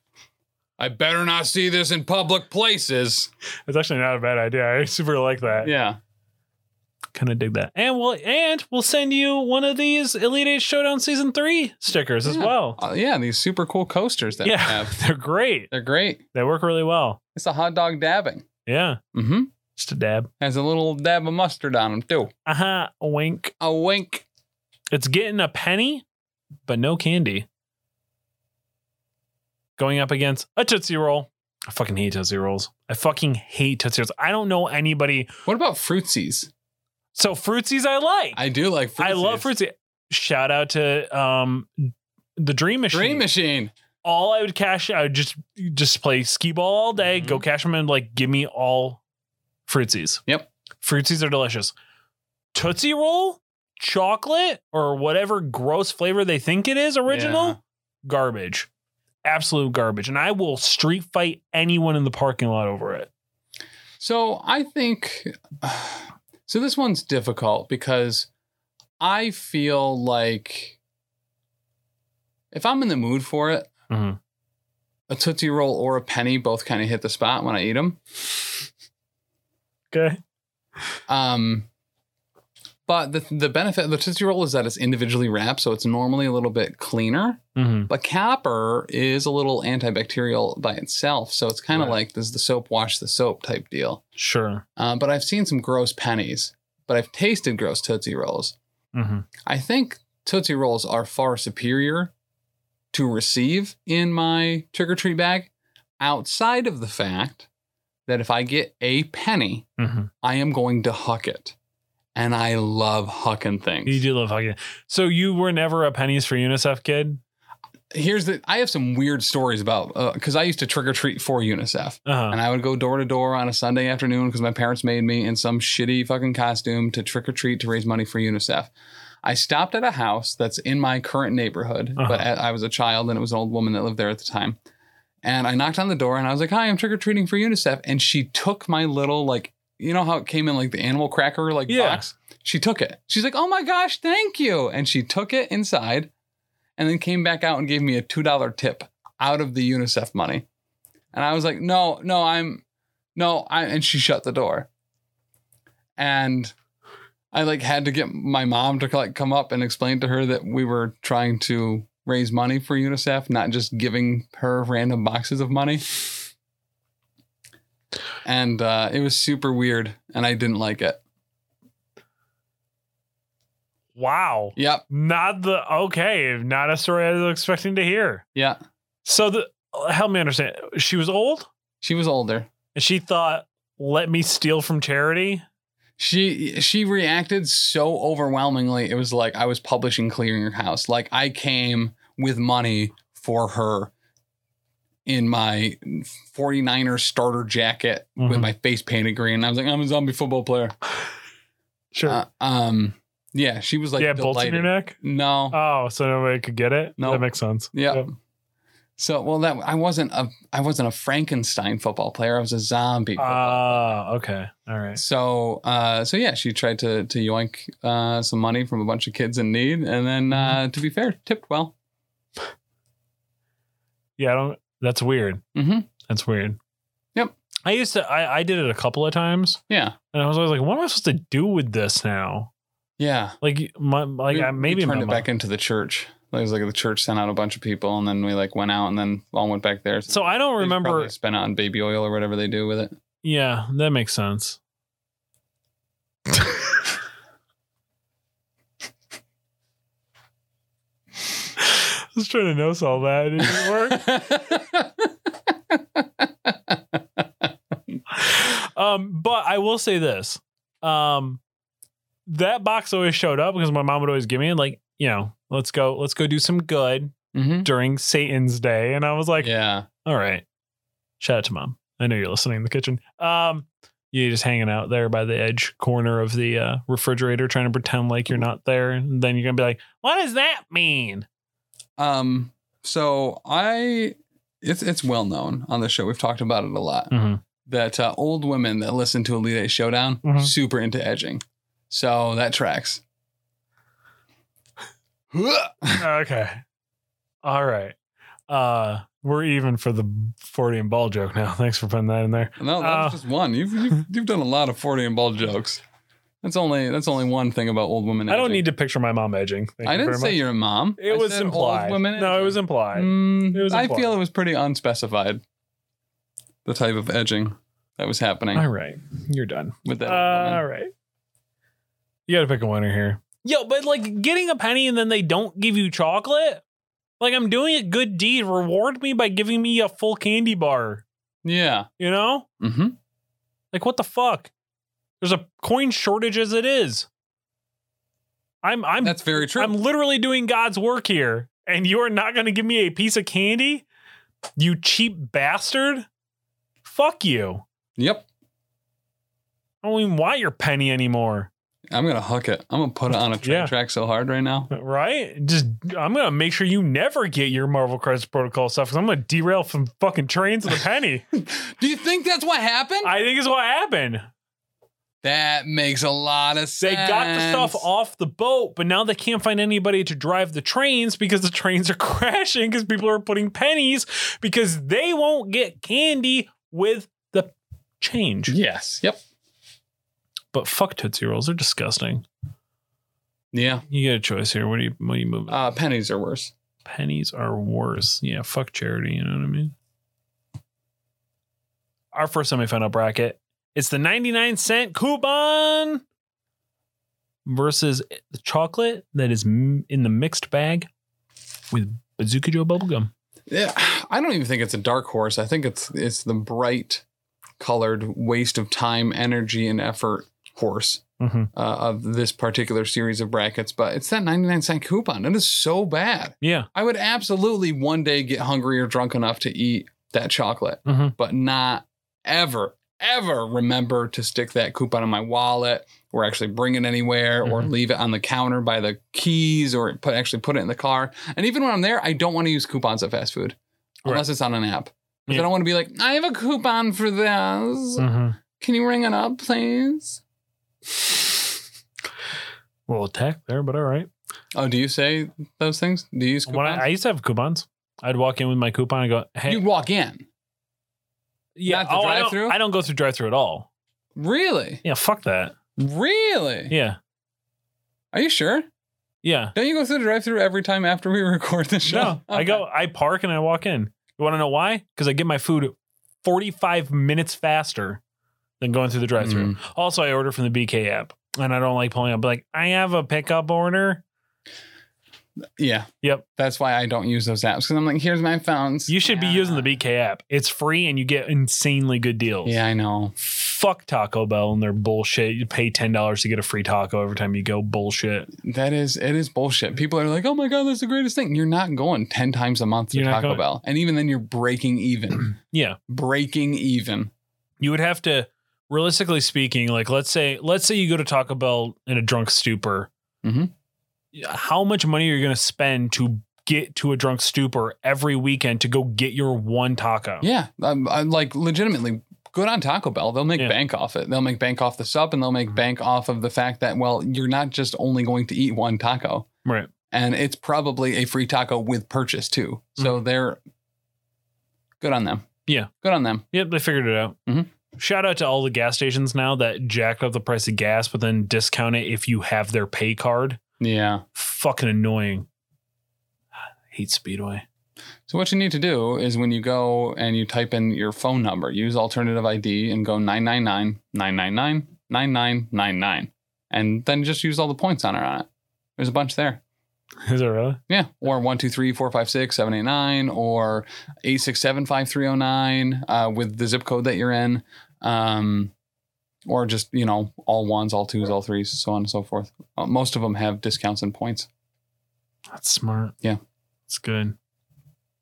"I better not see this in public places."
It's actually not a bad idea. I super like that.
Yeah.
kind of dig that. And we'll and we'll send you one of these Elite Eight Showdown Season Three stickers as
Yeah.
well.
Uh, yeah, these super cool coasters that
yeah,
we have.
they're great.
They're great.
They work really well.
It's a hot dog dabbing.
Yeah,
Mm-hmm.
just a dab.
Has a little dab of mustard on them too.
Uh huh. Wink.
A wink.
It's getting a penny, but no candy. Going up against a Tootsie Roll. I fucking hate Tootsie Rolls. I fucking hate Tootsie Rolls. I don't know anybody.
What about fruitsies?
So Fruitsies I like. I,
I do like fruitsies.
love Fruitsy. Shout out to um the Dream Machine.
Dream machine.
all I would cash, I would just just play skee ball all day,
Mhm.
go cash them and like give me all fruitsies.
Yep.
Fruitsies are delicious. Tootsie Roll, chocolate, or whatever gross flavor they think it is original,
Yeah.
garbage. Absolute garbage. And I will street fight anyone in the parking lot over it.
So I think so. This one's difficult because I feel like if I'm in the mood for it,
Mhm.
a tootsie roll or a penny both kind of hit the spot when I eat them.
Okay.
Um, but the the benefit of the tootsie roll is that it's individually wrapped, so it's normally a little bit cleaner.
Mm-hmm.
But copper is a little antibacterial by itself, so it's kind of
Right.
like does the soap wash the soap type deal.
Sure.
Um, but I've seen some gross pennies, but I've tasted gross Tootsie Rolls.
Mm-hmm.
I think Tootsie Rolls are far superior to receive in my trick or treat bag, outside of the fact that if I get a penny,
Mm-hmm.
I am going to huck it. And I love hucking things.
You do love hockey. So you were never a pennies for UNICEF kid?
Here's the I have some weird stories about because I used to trick or treat for UNICEF.
Uh-huh.
And I would go door to door on a Sunday afternoon because my parents made me in some shitty fucking costume to trick or treat to raise money for UNICEF. I stopped at a house that's in my current neighborhood, but I I was a child and it was an old woman that lived there at the time. And I knocked on the door and I was like, "Hi, I'm trick or treating for UNICEF." And she took my little like, you know how it came in like the animal cracker like
Yeah.
box. She took it. She's like, "Oh my gosh, thank you!" And she took it inside, and then came back out and gave me a two dollar tip out of the UNICEF money. And I was like, "No, no, I'm, no, I." And she shut the door. And I like had to get my mom to like come up and explain to her that we were trying to raise money for UNICEF, not just giving her random boxes of money. And uh, it was super weird, and I didn't like it.
Wow.
Yep.
Not the okay, not a story I was expecting to hear.
Yeah.
So the help me understand. She was old
She was older.
and she thought, let me steal from charity.
She she reacted so overwhelmingly. It was like I was publishing clearing her house. Like I came with money for her in my 49er starter jacket with
Mhm.
my face painted green. I was like, I'm a zombie football player.
Sure.
Uh, um, yeah, she was like,
yeah, bolts in your
delighted.
neck.
No,
Oh, so nobody could get it.
No.
that makes sense.
yeah. So well, that I wasn't a I wasn't a Frankenstein football player. I was a zombie. football
Ah, okay. All right.
So, uh, so yeah, she tried to to yoink uh, some money from a bunch of kids in need, and then uh,
Mm-hmm.
to be fair, tipped well.
Yeah, I don't. That's weird.
Mhm.
That's weird.
Yep.
I used to. I I did it a couple of times,
Yeah,
and I was always like, "What am I supposed to do with this now?"
yeah.
Like my like
We-
I, maybe
we
my
turned it
mom-
back into the church. It was like the church sent out a bunch of people, and then we like went out, and then all went back there.
So I don't
They
remember.
probably spent it on baby oil or whatever they do with it.
Yeah, that makes sense. I was trying to notice all that. It didn't work. um, but I will say this. Um, that box always showed up because my mom would always give me like, you know, let's go, let's go do some good
Mhm.
during Satan's day. And I was like,
Yeah,
all right. Shout out to mom. I know you're listening in the kitchen. Um, you're just hanging out there by the edge corner of the uh, refrigerator, trying to pretend like you're not there. And then you're gonna be like, what does that mean?
Um, so I, it's it's well known on the show. We've talked about it a lot
Mhm.
that uh, old women that listen to Elite Eight Showdown
Mhm.
super into edging, so that tracks.
Oh, okay. All right. Uh, we're even for the 40 and ball joke now. Thanks for putting that in there.
No, that
Uh.
was just one. You've, you've you've done a lot of forty and ball jokes. That's only that's only one thing about old women.
I don't
edging.
need to picture my mom edging. Thank
I
you
didn't
very
say
much.
you're a mom.
It
I
was
said old
implied.
women
no, it
edging.
was implied.
Mm,
It was
I
implied.
feel it was pretty unspecified. The type of edging that was happening
All right. You're done.
with that. old woman.
All right. You got to pick a winner here. Yo, but like getting a penny and then they don't give you chocolate? Like I'm doing a good deed. Reward me by giving me a full candy bar.
Yeah.
You know?
Mm-hmm.
Like what the fuck? There's a coin shortage as it is. I'm I'm
That's very true.
I'm literally doing God's work here, and you are not going to give me a piece of candy? You cheap bastard? Fuck you.
yep.
I don't even want your penny anymore.
I'm gonna hook it. I'm gonna put it on a train
Yeah.
track so hard right now.
Right? Just I'm gonna make sure you never get your Marvel Crisis Protocol stuff because I'm gonna derail from fucking trains with a penny.
Do you think that's what happened?
I think is what happened.
that makes a lot of
They
sense.
got the stuff off the boat, but now they can't find anybody to drive the trains because the trains are crashing because people are putting pennies because they won't get candy with the change.
Yes. Yep.
But fuck Tootsie Rolls, they're disgusting.
Yeah.
You get a choice here. What do you what do you move?
Uh, pennies are worse.
pennies are worse. Yeah, fuck charity. You know what I mean? Our first semifinal bracket. It's the 99 cent coupon versus the chocolate that is m- in the mixed bag with Bazooka Joe bubblegum.
Yeah. I don't even think it's a dark horse. I think it's it's the bright colored waste of time, energy, and effort horse
Mhm.
uh, of this particular series of brackets. But it's that 99 cent coupon. It is so bad.
Yeah.
I would absolutely one day get hungry or drunk enough to eat that chocolate,
Mhm.
but not ever, ever remember to stick that coupon in my wallet or actually bring it anywhere or
Mhm.
leave it on the counter by the keys or put actually put it in the car. And even when I'm there, I don't want to use coupons at fast food unless it's on an app. 'Cause
Yeah.
I don't want to be like, I have a coupon for this.
Mm-hmm.
Can you ring it up, please?
Little tech there, but all right.
Oh, do you say those things? Do you use
When I, I
coupons?
used to have coupons, I'd walk in with my coupon and go, hey,
you walk in.
yeah,
not the
oh, I,
drive-thru?
don't, I don't go through drive through at all.
Really?
Yeah, fuck that.
Really?
Yeah.
Are you sure?
Yeah.
Don't you go through the drive-through every time after we record the show?
No, I
Okay.
go, I park and I walk in. You want to know why? Because I get my food 45 minutes faster than going through the drive through.
Mm.
Also, I order from the BK app and I don't like pulling up, like, I have a pickup order.
Yeah.
Yep.
That's why I don't use those apps because I'm like, here's my phones.
You should be using the BK app. It's free and you get insanely good deals.
Yeah, I know.
Fuck Taco Bell and their bullshit. You pay ten dollars to get a free taco every time you go. Bullshit.
That is it is bullshit. People are like, oh my god, that's the greatest thing. You're not going ten times a month to
You're not
Taco
going-
Bell, and even then, you're breaking even.
Yeah.
breaking even.
you would have to realistically speaking like let's say let's say you go to taco bell in a drunk stupor
Mhm.
how much money are you going to spend to get to a drunk stupor every weekend to go get your one taco
Yeah, I'm, I'm like legitimately good on Taco Bell. They'll make
Yeah. Mm-hmm.
bank off it. They'll make bank off the sub, and they'll make bank off of the fact that well, you're not just only going to eat one taco,
right
and it's probably a free taco with purchase too. So they're good on them.
Mm-hmm. Yeah.
good on them.
yep they figured it out
Mhm.
shout out to all the gas stations now that jacked up the price of gas but then discount it if you have their pay card
Yeah.
fucking annoying hate speedway
So what you need to do is when you go and you type in your phone number, use alternative ID and go 999 999 9999 and then just use all the points on it on it. There's a bunch there.
is it really
Yeah. Or 123 456 789 or 867 5309 oh, uh, with the zip code that you're in. Um, or just, you know, all ones, all twos, all threes, so on and so forth. Uh, most of them have discounts and points.
That's smart.
Yeah.
It's good.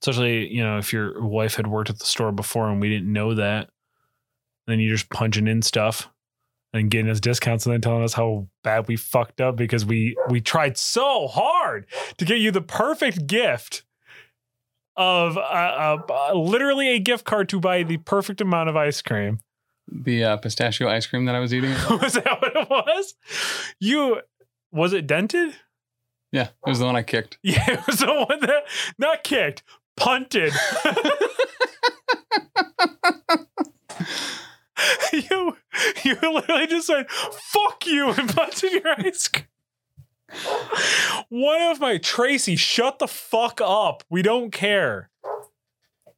Especially, you know, if your wife had worked at the store before and we didn't know that, then you're just punching in stuff and getting us discounts and then telling us how bad we fucked up because we we tried so hard to get you the perfect gift of uh, uh, uh, literally a gift card to buy the perfect amount of ice cream.
The uh, pistachio ice cream that I was eating.
was that what it was? You was it dented?
Yeah. It was the one I kicked.
Yeah, it was the one that not kicked, punted. you you literally just went fuck you and punted your ice cream. One of my Tracy, shut the fuck up. We don't care.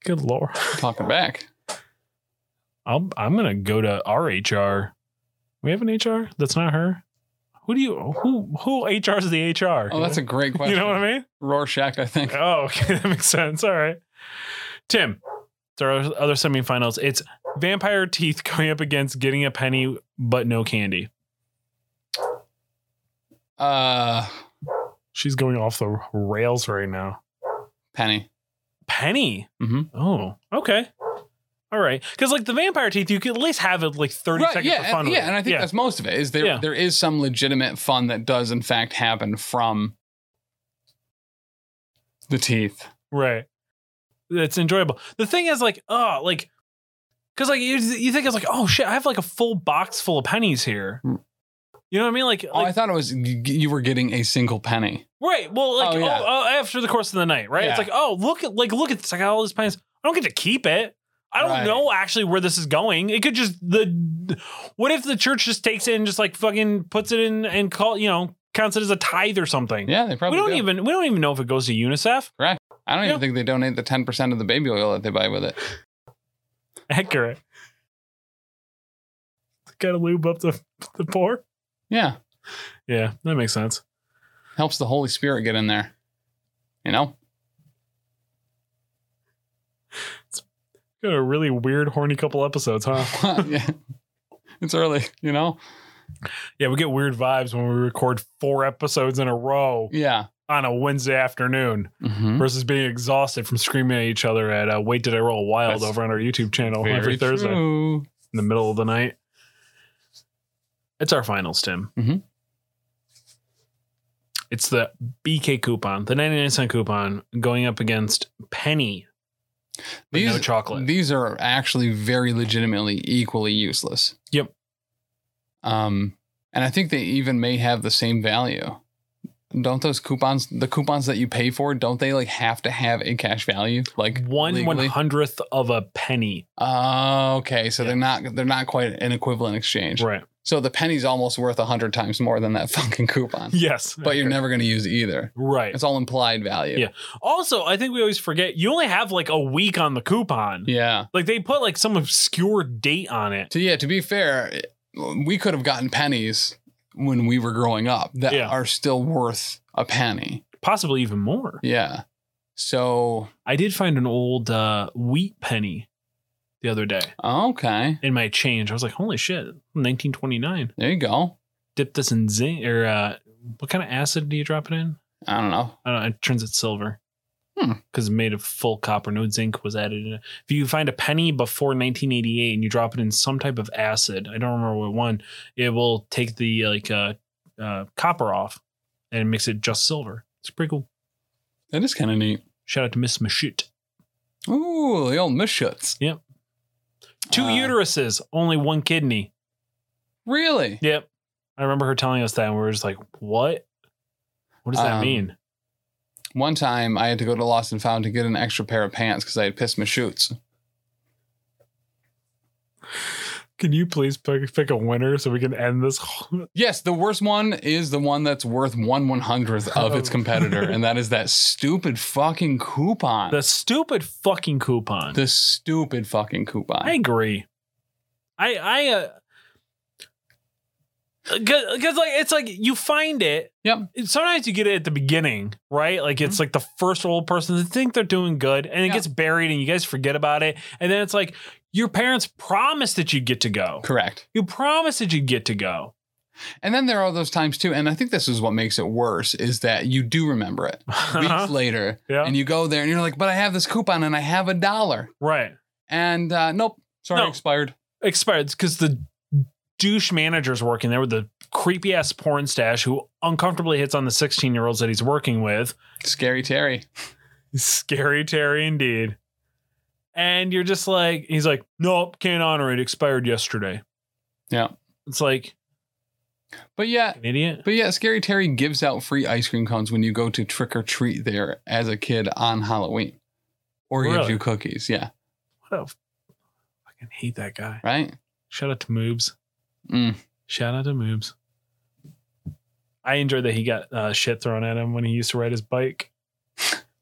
Good lord.
Talking back.
I'm I'm gonna go to our HR. We have an HR? That's not her. Who do you who who HR is the HR?
Oh, that's a great question.
you know what I mean?
Rorschach, I think.
Oh, okay, that makes sense. All right, Tim. It's our other semifinals. It's vampire teeth going up against getting a penny but no candy.
Uh,
She's going off the rails right now.
Penny.
Penny.
Mhm.
Oh, okay. All right, because like the vampire teeth, you could at least have it like thirty seconds
yeah,
of fun.
and,
with
yeah,
it.
and I think that's most of it. Is there
Yeah.
there is some legitimate fun that does in fact happen from the teeth.
Right. It's enjoyable. The thing is, like, oh, like, because like you, you think it's like, oh shit, I have like a full box full of pennies here.
Mm.
You know what I mean? Like,
oh,
like-
I thought it was y- you were getting a single penny.
right? Well, like,
Oh,
oh,
yeah.
oh, after the course of the night, right? It's
Yeah.
like, oh, look at like look at this. I got all these pennies. I don't get to keep it. I don't
Right.
know actually where this is going. It could just the. What if the church just takes it and just like fucking puts it in and call you know counts it as a tithe or something?
Yeah, they
we
probably
don't
do.
even we don't even know if it goes to UNICEF.
I don't
yeah.
even think they donate the ten percent of the baby oil that they buy with it.
Accurate. Gotta lube up the the pour.
Yeah,
Yeah, that makes sense.
helps the Holy Spirit get in there. You know,
Got a really weird, horny couple episodes, huh?
yeah, it's early. You know,
yeah, we get weird vibes when we record four episodes in a row
yeah.
on a Wednesday afternoon
Mhm.
versus being exhausted from screaming at each other at uh, Wait Did I Roll Wild
That's
over on our YouTube channel every
Very
Thursday in
true.
the middle of the night. It's our finals, Tim.
Mhm.
It's the BK coupon, the 99 cent coupon going up against Penny. But no chocolate.
These are actually very legitimately equally useless.
Yep.
Um, and I think they even may have the same value. Don't those coupons, the coupons that you pay for, don't they like have to have a cash value? Like
one one
legally?
hundredth of a penny.
Oh, okay, so they're not they're not quite an equivalent exchange.
Right.
So the penny's almost worth a hundred times more than that fucking coupon.
Yes.
But you're never going to use either.
right.
It's all implied value.
Yeah. Also, I think we always forget you only have like a week on the coupon.
Yeah.
Like they put like some obscure date on it.
To, yeah, to be fair, it- we could have gotten pennies when we were growing up that
Yeah.
are still worth a penny.
possibly even more.
Yeah. So,
I did find an old uh, wheat penny the other day
okay.
in my change. I was like, holy shit, 1929.
There you go.
Dip this in zinc or uh, what kind of acid do you drop it in?
I don't know.
I don't know. It turns it silver.
Hmm.
Because made of full copper, no zinc was added in it. If you find a penny before 1988 and you drop it in some type of acid, I don't remember what one, it will take the like uh, uh, copper off and makes it just silver. It's pretty cool.
That is kind of neat.
Shout out to Miss Machute.
Ooh, the old mischuts.
Yep. Two
Uh,
uteruses, only one kidney.
Really?
Yep. I remember her telling us that, and we were just like, what? What does that
Um,
mean?
One time I had to go to Lost and Found to get an extra pair of pants because I had pissed my shoots.
Can you please pick, pick a winner so we can end this?
Yes, the worst one is the one that's worth one one hundredth of its
Oh.
competitor, and that is that stupid fucking coupon.
the stupid fucking coupon.
the stupid fucking coupon.
I agree. I, I, uh, because like it's like you find it.
Yep. Mm-hmm.
Sometimes you get it at the beginning, right? Like it's like the first old person to think they're doing good, and it
Yeah.
gets buried, and you guys forget about it, and then it's like your parents promised that you'd get to go.
Correct.
You promised that you'd get to go.
And then there are those times too, and I think this is what makes it worse is that you do remember it weeks later,
Uh-huh. yeah.
and you go there and you're like, "But I have this coupon and I have a dollar,"
right.
and uh, nope, sorry,
No.
expired.
Expired because the douche manager's working there with the creepy ass porn stash who uncomfortably hits on the 16 year olds that he's working with.
Scary Terry.
Scary Terry indeed. And you're just like, he's like, nope, can't honor it. Expired yesterday.
Yeah.
It's like,
But yeah,
an idiot.
But yeah, Scary Terry gives out free ice cream cones when you go to trick or treat there as a kid on Halloween. Or he gives
Really?
you cookies. Yeah.
What a f- fucking hate that guy.
Right?
Shout out to Moobs.
Mm.
Shout out to Moobs. I enjoyed that he got uh, shit thrown at him when he used to ride his bike.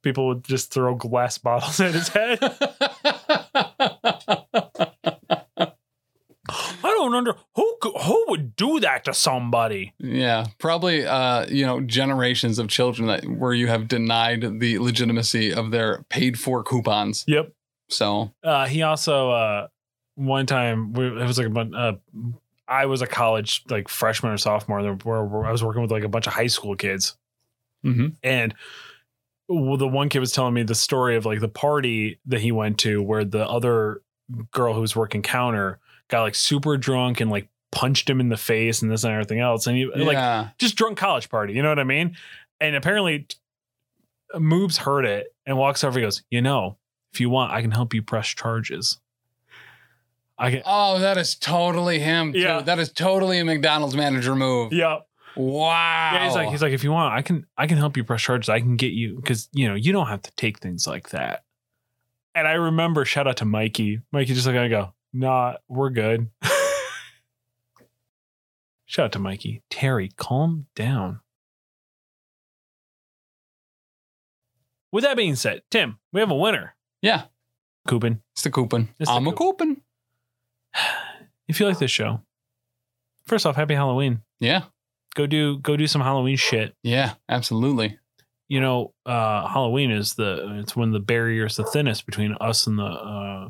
People would just throw glass bottles at his head. I don't under who cou- who would do that to somebody.
yeah. Probably uh, you know, generations of children that where you have denied the legitimacy of their paid for coupons.
Yep.
So
Uh, he also uh, one time we, it was like a bunch. Uh, I was a college like freshman or sophomore. There were, were- I was working with like a bunch of high school kids,
Mhm.
and well, the one kid was telling me the story of like the party that he went to where the other girl who was working counter got like super drunk and like punched him in the face and this and everything else, and he like
yeah.
just drunk college party. You know what I mean? And apparently, Moobs heard it and walks over. He goes, "You know, if you want, I can help you press charges." I can.
Oh, that is totally him. Too.
Yeah.
That is totally a McDonald's manager move.
Yeah.
Wow.
Yeah. He's like, he's like, if you want, I can, I can help you press charges. I can get you because you know you don't have to take things like that. And I remember, shout out to Mikey. Mikey just like I go, nah, we're good. shout out to Mikey. Terry, calm down. With that being said, Tim, we have a winner.
yeah,
Coupon.
it's the coupon.
It's the
I'm a coupon.
If you like this show, first off, happy Halloween.
Yeah.
Go do go do some Halloween shit.
Yeah, absolutely.
you know, uh, Halloween is the it's when the barrier is the thinnest between us and the uh,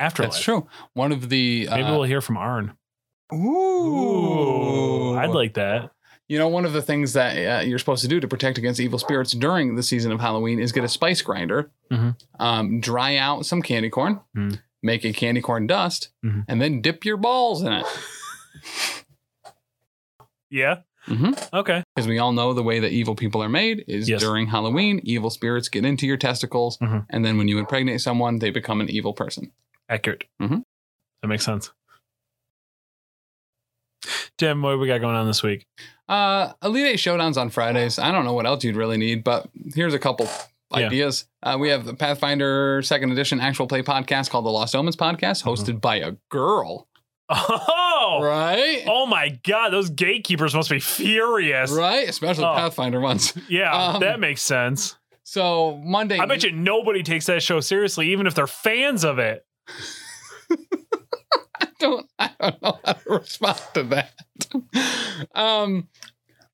afterlife.
That's true. One of the
Maybe
uh,
we'll hear from Arn.
ooh,
I'd like that.
you know one of the things that uh, you're supposed to do to protect against evil spirits during the season of Halloween is get a spice grinder,
Mhm.
um, dry out some candy corn,
Mm.
make a candy corn dust,
Mhm.
and then dip your balls in it.
Yeah.
Mhm.
Okay.
Because we all know the way that evil people are made is
Yes.
during Halloween, evil spirits get into your testicles,
Mhm.
and then when you impregnate someone, they become an evil person.
Accurate.
Mhm.
That makes sense. Tim, what do we got going on this week?
Uh, Elite Eight Showdowns on Fridays. I don't know what else you'd really need, but here's a couple
Yeah.
ideas. Uh, we have the Pathfinder Second Edition Actual Play podcast called the Lost Omens Podcast, hosted by a girl.
Uh-huh. Oh,
Right?
oh my God! Those gatekeepers must be furious.
Right? Especially
Oh.
Pathfinder ones.
Yeah,
Um,
that makes sense.
So Monday.
I bet you nobody takes that show seriously, even if they're fans of it.
I don't, I don't know how to respond to that. um,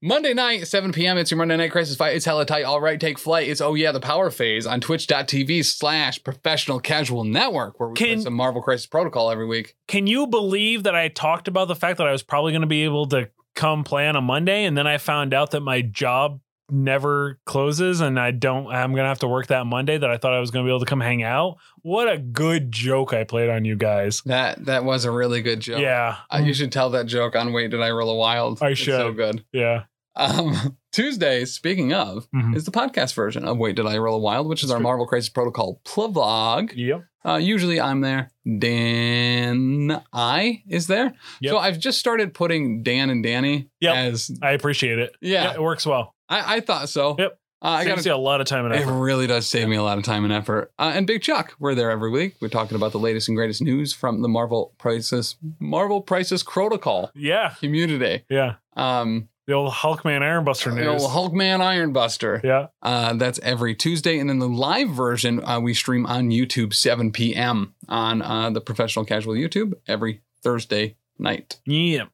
Monday night, 7 p.m. It's your Monday Night Crisis Fight. It's hella tight. All right, take flight. It's Oh Yeah, the Power Phase on twitch.tv slash professional casual network, where we play
Can-
some Marvel Crisis Protocol every week.
Can you believe that I talked about the fact that I was probably going to be able to come play on a Monday, and then I found out that my job never closes, and I don't. I'm going to have to work that Monday that I thought I was going to be able to come hang out. What a good joke I played on you guys.
That that was a really good joke.
Yeah,
Uh, you should tell that joke on Wait Did I Roll a Wild?
I
It's so
should.
good.
yeah.
Um, Tuesday, speaking of,
Mhm.
is the podcast version of Wait Did I Roll a Wild, which is our
Sweet.
Marvel Crisis Protocol plevlog.
Yep.
Uh, usually I'm there. Dan I is there.
Yep.
So I've just started putting Dan and Danny
Yep.
as
I appreciate it.
yeah.
it works well.
I, I thought so.
Yep.
Uh, I
I got
got
to see a lot of time and
it
effort.
really does save me a lot of time and effort. Uh, and Big Chuck, we're there every week. We're talking about the latest and greatest news from the Marvel Crisis, Marvel Crisis Protocol
Yeah,
community.
yeah.
Um,
The old Hulkman Ironbuster
the
news.
old Hulkman Ironbuster.
yeah.
Uh, that's every Tuesday. And then the live version uh, we stream on YouTube 7 p.m. on uh, the Professional Casual YouTube every Thursday night.
Yeah.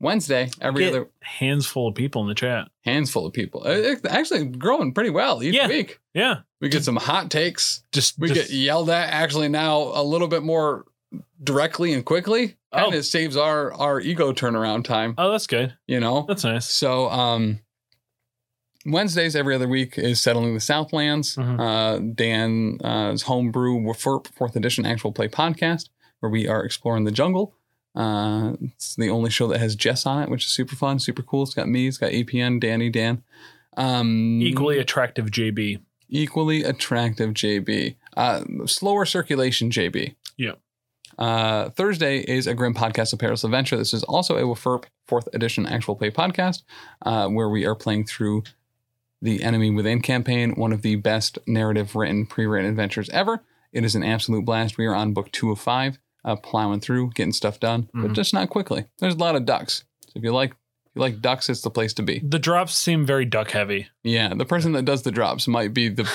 Wednesday, every
Get-
other
Hands full of people in the chat.
hands full of people. Uh, It- It's actually growing pretty well each
Yeah.
week.
Yeah.
We get some hot takes.
Just
We
just-
get yelled at actually now a little bit more directly and quickly.
Oh.
Kind of saves our our ego turnaround time,
Oh, that's good.
you know.
That's nice.
So um Wednesdays every other week is settling the Southlands.
Mhm.
Uh, Dan's homebrew Wafurp Fourth Edition Actual Play podcast, where we are exploring the jungle. Uh, it's the only show that has Jess on it, which is super fun, super cool. It's got me, it's got EPN, Danny, Dan. Um,
Equally attractive JB.
equally attractive JB. Uh, slower circulation JB.
Yeah.
Uh, Thursday is a Grim Podcast of Perilous Adventure. This is also a WFERP fourth edition actual play podcast uh, where we are playing through the Enemy Within campaign, one of the best narrative written, pre written adventures ever. It is an absolute blast. We are on book two of five, uh, plowing through, getting stuff done, but
Mhm.
just not quickly. There's a lot of ducks. So if you like, if you like ducks, it's the place to be.
The drops seem very duck heavy.
Yeah, the person that does the drops might be the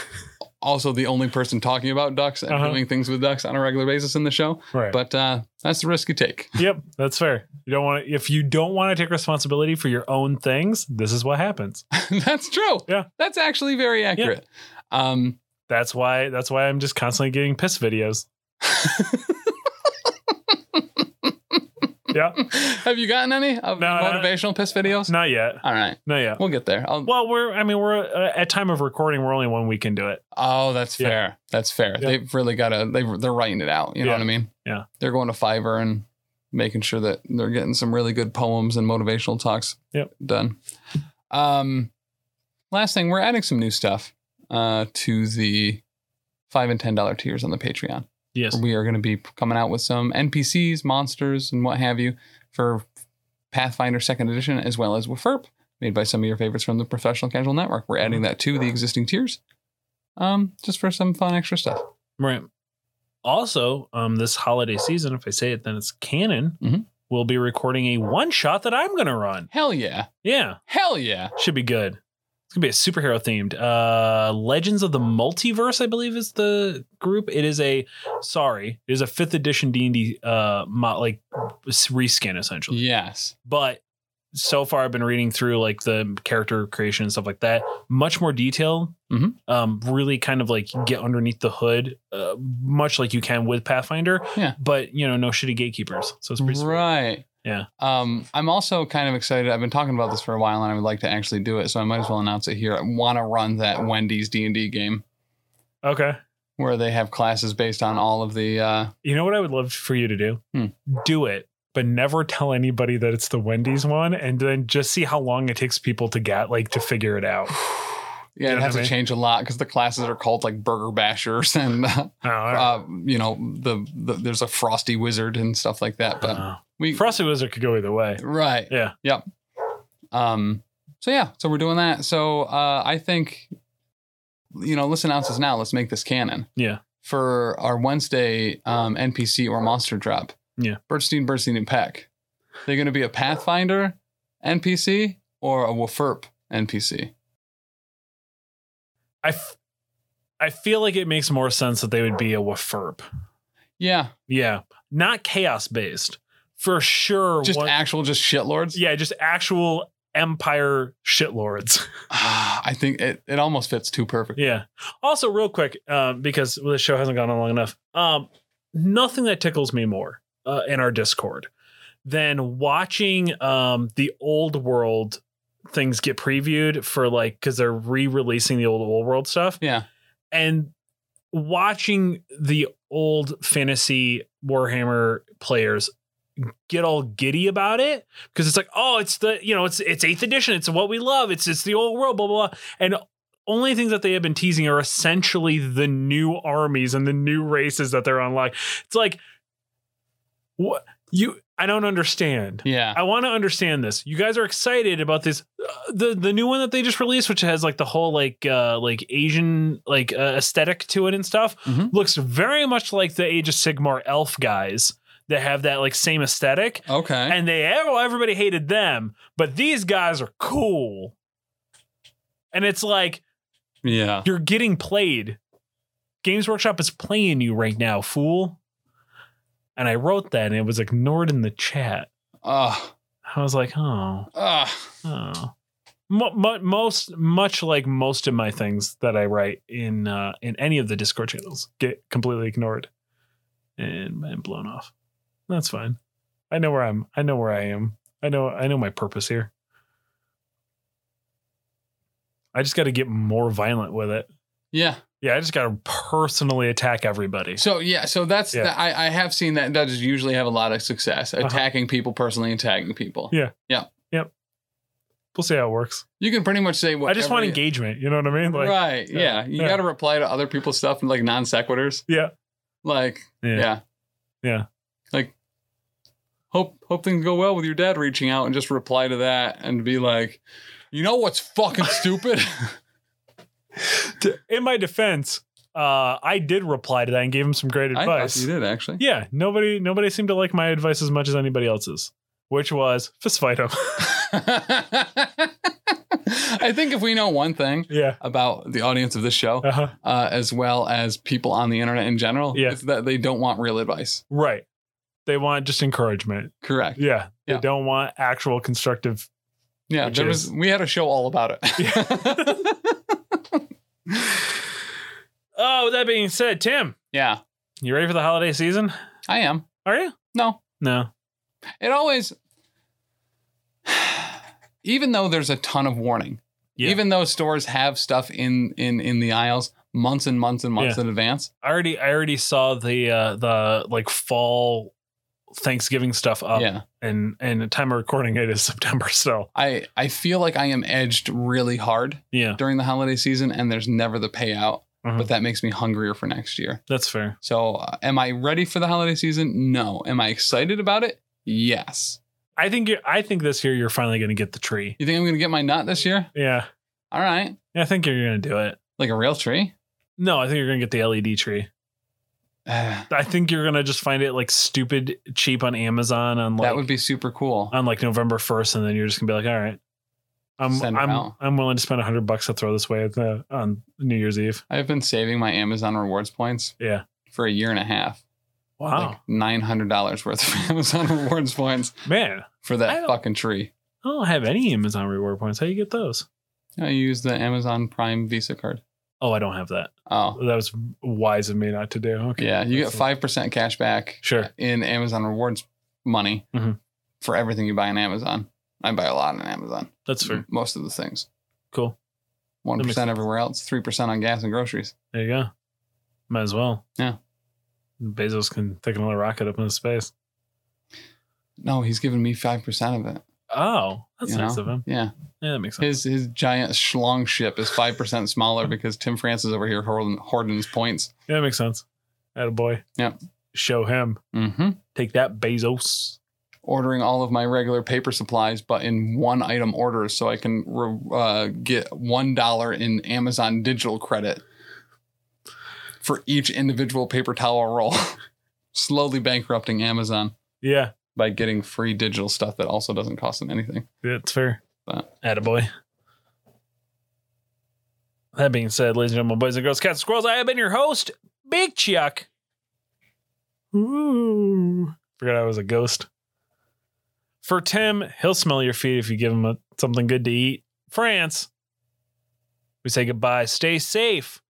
also the only person talking about ducks and
Uh-huh.
doing things with ducks on a regular basis in the show.
Right.
But uh, that's the risk you take.
yep, that's fair. You don't want to, if you don't want to take responsibility for your own things, this is what happens.
that's true.
Yeah.
that's actually very accurate. Um,
That's why that's why I'm just constantly getting piss videos. yeah.
have you gotten any of
No, no.
motivational piss videos?
Not yet.
All right,
Not yet.
we'll get there. I'll,
Well, we're I mean we're uh, at time of recording we're only one week into it.
oh, that's
Yeah.
fair. That's fair.
Yeah.
They've really got to. They they're writing it out. You know
Yeah.
what I mean?
Yeah.
They're going to Fiverr and making sure that they're getting some really good poems and motivational talks
Yep.
done. Um, last thing, we're adding some new stuff uh, to the five and ten dollar tiers on the Patreon.
Yes.
We are going to be coming out with some NPCs, monsters, and what have you for Pathfinder Second Edition, as well as WFERP, made by some of your favorites from the Professional Casual Network. We're adding that to the existing tiers, um, just for some fun extra stuff.
Right. Also, um, this holiday season, if I say it, then it's canon.
Mhm.
We'll be recording a one shot that I'm gonna run.
Hell yeah!
Yeah,
Hell yeah!
should be good. It's gonna be a superhero themed. Uh, Legends of the Multiverse, I believe, is the group. It is a sorry, it is a fifth edition D and D uh mo- like reskin essentially.
Yes.
But so far, I've been reading through like the character creation and stuff like that. Much more detail.
Mhm.
Um, really kind of like get underneath the hood, uh, much like you can with Pathfinder.
Yeah.
But you know, no shitty gatekeepers. So it's pretty. sweet.
Right.
Yeah.
Um, I'm also kind of excited. I've been talking about this for a while, and I would like to actually do it. So I might as well announce it here. I want to run that Wendy's D and D game
Okay.
where they have classes based on all of the. Uh,
You know what I would love for you to do?
Hmm.
Do it, but never tell anybody that it's the Wendy's one, and then just see how long it takes people to get like to figure it out.
yeah,
You
it has
know what I
to
mean?
change a lot because the classes are called like Burger Bashers and uh,
Oh, I don't
uh, you know the, the there's a Frosty Wizard and stuff like that. But
know.
we
Frosty Wizard could go either way.
right.
Uh-huh. Yeah.
Yep. Um. So yeah. So we're doing that. So uh, I think, you know, let's announce this now. Let's make this canon.
Yeah.
For our Wednesday um, NPC or monster drop.
Yeah.
Birdstein, Birdstein, and Peck. They're going to be a Pathfinder NPC or a Wafurp NPC.
I, f- I feel like it makes more sense that they would be a Wafurp.
Yeah.
Yeah, not chaos based for sure.
Just
one-
actual, just shitlords.
yeah, just actual empire shitlords.
I think it, it almost fits too perfect.
yeah. Also, real quick, um, because this show hasn't gone on long enough, um, nothing that tickles me more uh, in our Discord than watching um, the old world things get previewed for like because they're re-releasing the old old world stuff
Yeah.
and watching the old fantasy Warhammer players get all giddy about it because it's like, oh, it's the you know, it's it's eighth edition, it's what we love, it's it's the old world, blah blah, blah. and only things that they have been teasing are essentially the new armies and the new races that they're unlocking. It's like, what you? I don't understand.
Yeah.
I want to understand this. You guys are excited about this uh, the the new one that they just released which has like the whole like uh like Asian like uh, aesthetic to it and stuff.
Mhm.
Looks very much like the Age of Sigmar elf guys that have that like same aesthetic
Okay.
and they well, everybody hated them, but these guys are cool. And it's like
yeah.
you're getting played. Games Workshop is playing you right now, fool. And I wrote that and it was ignored in the chat.
Ugh.
I was like, oh,
Ugh.
oh. Mo- mo- most, much like most of my things that I write in uh, in any of the Discord channels, get completely ignored and, and blown off. That's fine. I know where I'm. I know where I am. I know. I know my purpose here. I just got to get more violent with it.
Yeah.
Yeah, I just got to personally attack everybody.
So yeah, so that's
Yeah.
I, I have seen that does usually have a lot of success
Uh-huh.
attacking people personally and tagging people.
Yeah. We'll see how it works.
You can pretty much say what
I just want engagement. You know what I mean? Like,
right.
yeah,
Yeah. You
yeah.
gotta reply to other people's stuff in like non sequiturs.
Yeah.
Like yeah.
yeah, Yeah.
Like hope hope things go well with your dad reaching out and just reply to that and be like, you know what's fucking stupid?
in my defense, uh, I did reply to that and gave him some great
I thought
advice.
you did actually.
Yeah, nobody nobody seemed to like my advice as much as anybody else's, which was fist fight him.
I think if we know one thing
yeah.
about the audience of this show,
Uh-huh.
uh, as well as people on the internet in general,
Yeah.
it's that they don't want real advice.
Right. They want just encouragement.
Correct.
Yeah. They
Yeah.
don't want actual constructive.
Yeah,
Which
there
is-
was we had a show all about it.
Oh, with that being said, Tim,
yeah,
you ready for the holiday season?
I am.
Are you?
No,
No.
it always. Even though there's a ton of warning,
Yeah.
even though stores have stuff in in in the aisles months and months and months
Yeah.
in advance,
I already I already saw the uh the like fall Thanksgiving stuff up
yeah,
and and the time of recording it is September still.
I I feel like I am edged really hard
Yeah.
during the holiday season, and there's never the payout,
Mhm.
but that makes me hungrier for next year.
That's fair.
So, uh, am I ready for the holiday season? No. Am I excited about it? Yes.
I think you I think this year you're finally gonna get the tree.
You think I'm going to get my nut this year?
Yeah.
All right.
I think you're gonna do it.
Like a real tree?
No, I think you're gonna get the LED tree.
that
I think you're gonna just find it like stupid cheap on Amazon on like Uh.
would be super cool.
on like November first, and then you're just gonna be like, all right, I'm
Send it
I'm
out.
I'm willing to spend hundred bucks to throw this away at the, on New Year's Eve.
I've been saving my Amazon rewards points
Yeah.
for a year and a half.
Wow,
Like $900 worth of Amazon rewards points
man,
for
I
that
don't-
fucking tree.
I don't have any Amazon reward points. How you get those?
I use the Amazon Prime Visa card.
Oh, I don't have that.
Oh,
That was wise of me not to do. Okay,
yeah. You get
That's-
5% cash back
Sure.
in Amazon rewards money
Mhm.
for everything you buy on Amazon. I buy a lot on Amazon.
That's fair.
Most of the things.
Cool.
One
That makes
percent
sense.
everywhere else, three percent on gas and groceries.
There you go. Might as well.
Yeah.
Bezos can take another rocket up into space.
No, he's giving me five percent of it.
Oh, that's
You
nice
know?
of him.
Yeah,
Yeah, that makes
his
sense.
his giant schlong ship is five percent smaller because Tim France is over here hoarding, hoarding his points.
Yeah, that makes sense. At a boy.
Yep.
Show him.
hmm
Take that, Bezos.
Ordering all of my regular paper supplies, but in one item orders, so I can re- uh, get one dollar in Amazon digital credit for each individual paper towel roll. Slowly bankrupting Amazon
Yeah,
by getting free digital stuff that also doesn't cost them anything.
that's fair.
But-
At a boy. That being said, ladies and gentlemen, boys and girls, cats and squirrels, I have been your host, Big Chuck. Ooh. Forgot I was a ghost.
For Tim, he'll smell your feet if you give him a, something good to eat. France, we say goodbye. Stay safe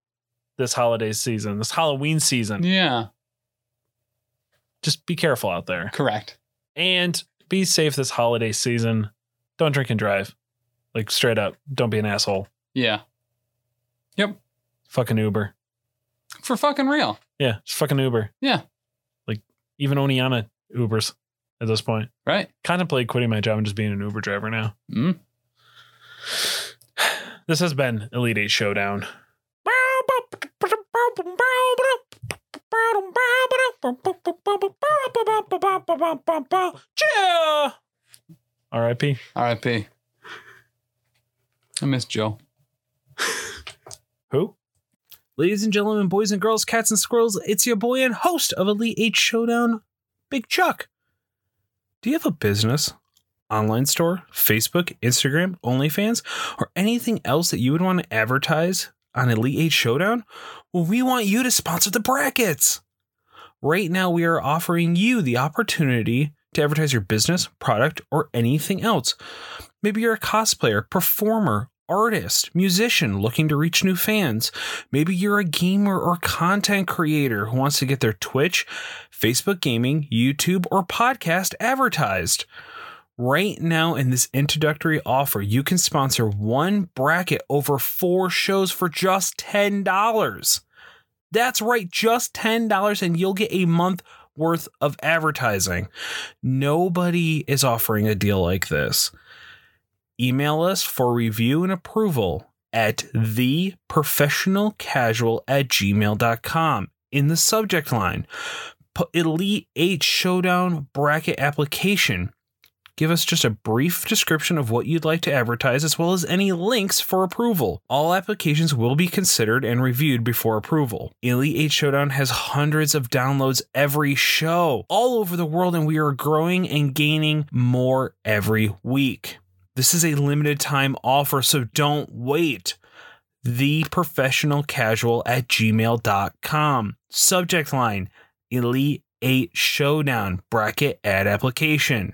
this holiday season, this Halloween season.
Yeah,
Just be careful out there
correct.
and be safe this holiday season. Don't drink and drive. Like straight up, don't be an asshole.
Yeah,
Fucking Uber.
for fucking real.
Yeah, just fucking Uber.
Yeah.
Like even Oniana Ubers at this point.
Right?
Contemplate quitting my job and just being an Uber driver now.
Mm.
This has been Elite Eight Showdown. Yeah. R.I.P.
R.I.P. I miss Joe.
Who? Ladies and gentlemen, boys and girls, cats and squirrels, it's your boy and host of Elite Eight Showdown, Big Chuck. Do you have a business, online store, Facebook, Instagram, OnlyFans, or anything else that you would want to advertise on Elite Eight Showdown? Well, we want you to sponsor the brackets. Right now, we are offering you the opportunity to advertise your business, product, or anything else. Maybe you're a cosplayer, performer, artist, musician looking to reach new fans. Maybe you're a gamer or content creator who wants to get their Twitch, Facebook gaming, YouTube, or podcast advertised. Right now, in this introductory offer, you can sponsor one bracket over four shows for just $10. That's right, just $10, and you'll get a month worth of advertising. Nobody is offering a deal like this email us for review and approval at theprofessionalcasual at gmail.com in the subject line. Put Elite 8 Showdown Bracket Application. Give us just a brief description of what you'd like to advertise, as well as any links for approval. All applications will be considered and reviewed before approval. Elite 8 Showdown has hundreds of downloads every show all over the world, and we are growing and gaining more every week. This is a limited time offer, so don't wait. The professional casual at gmail.com. Subject line Elite 8 Showdown bracket ad application.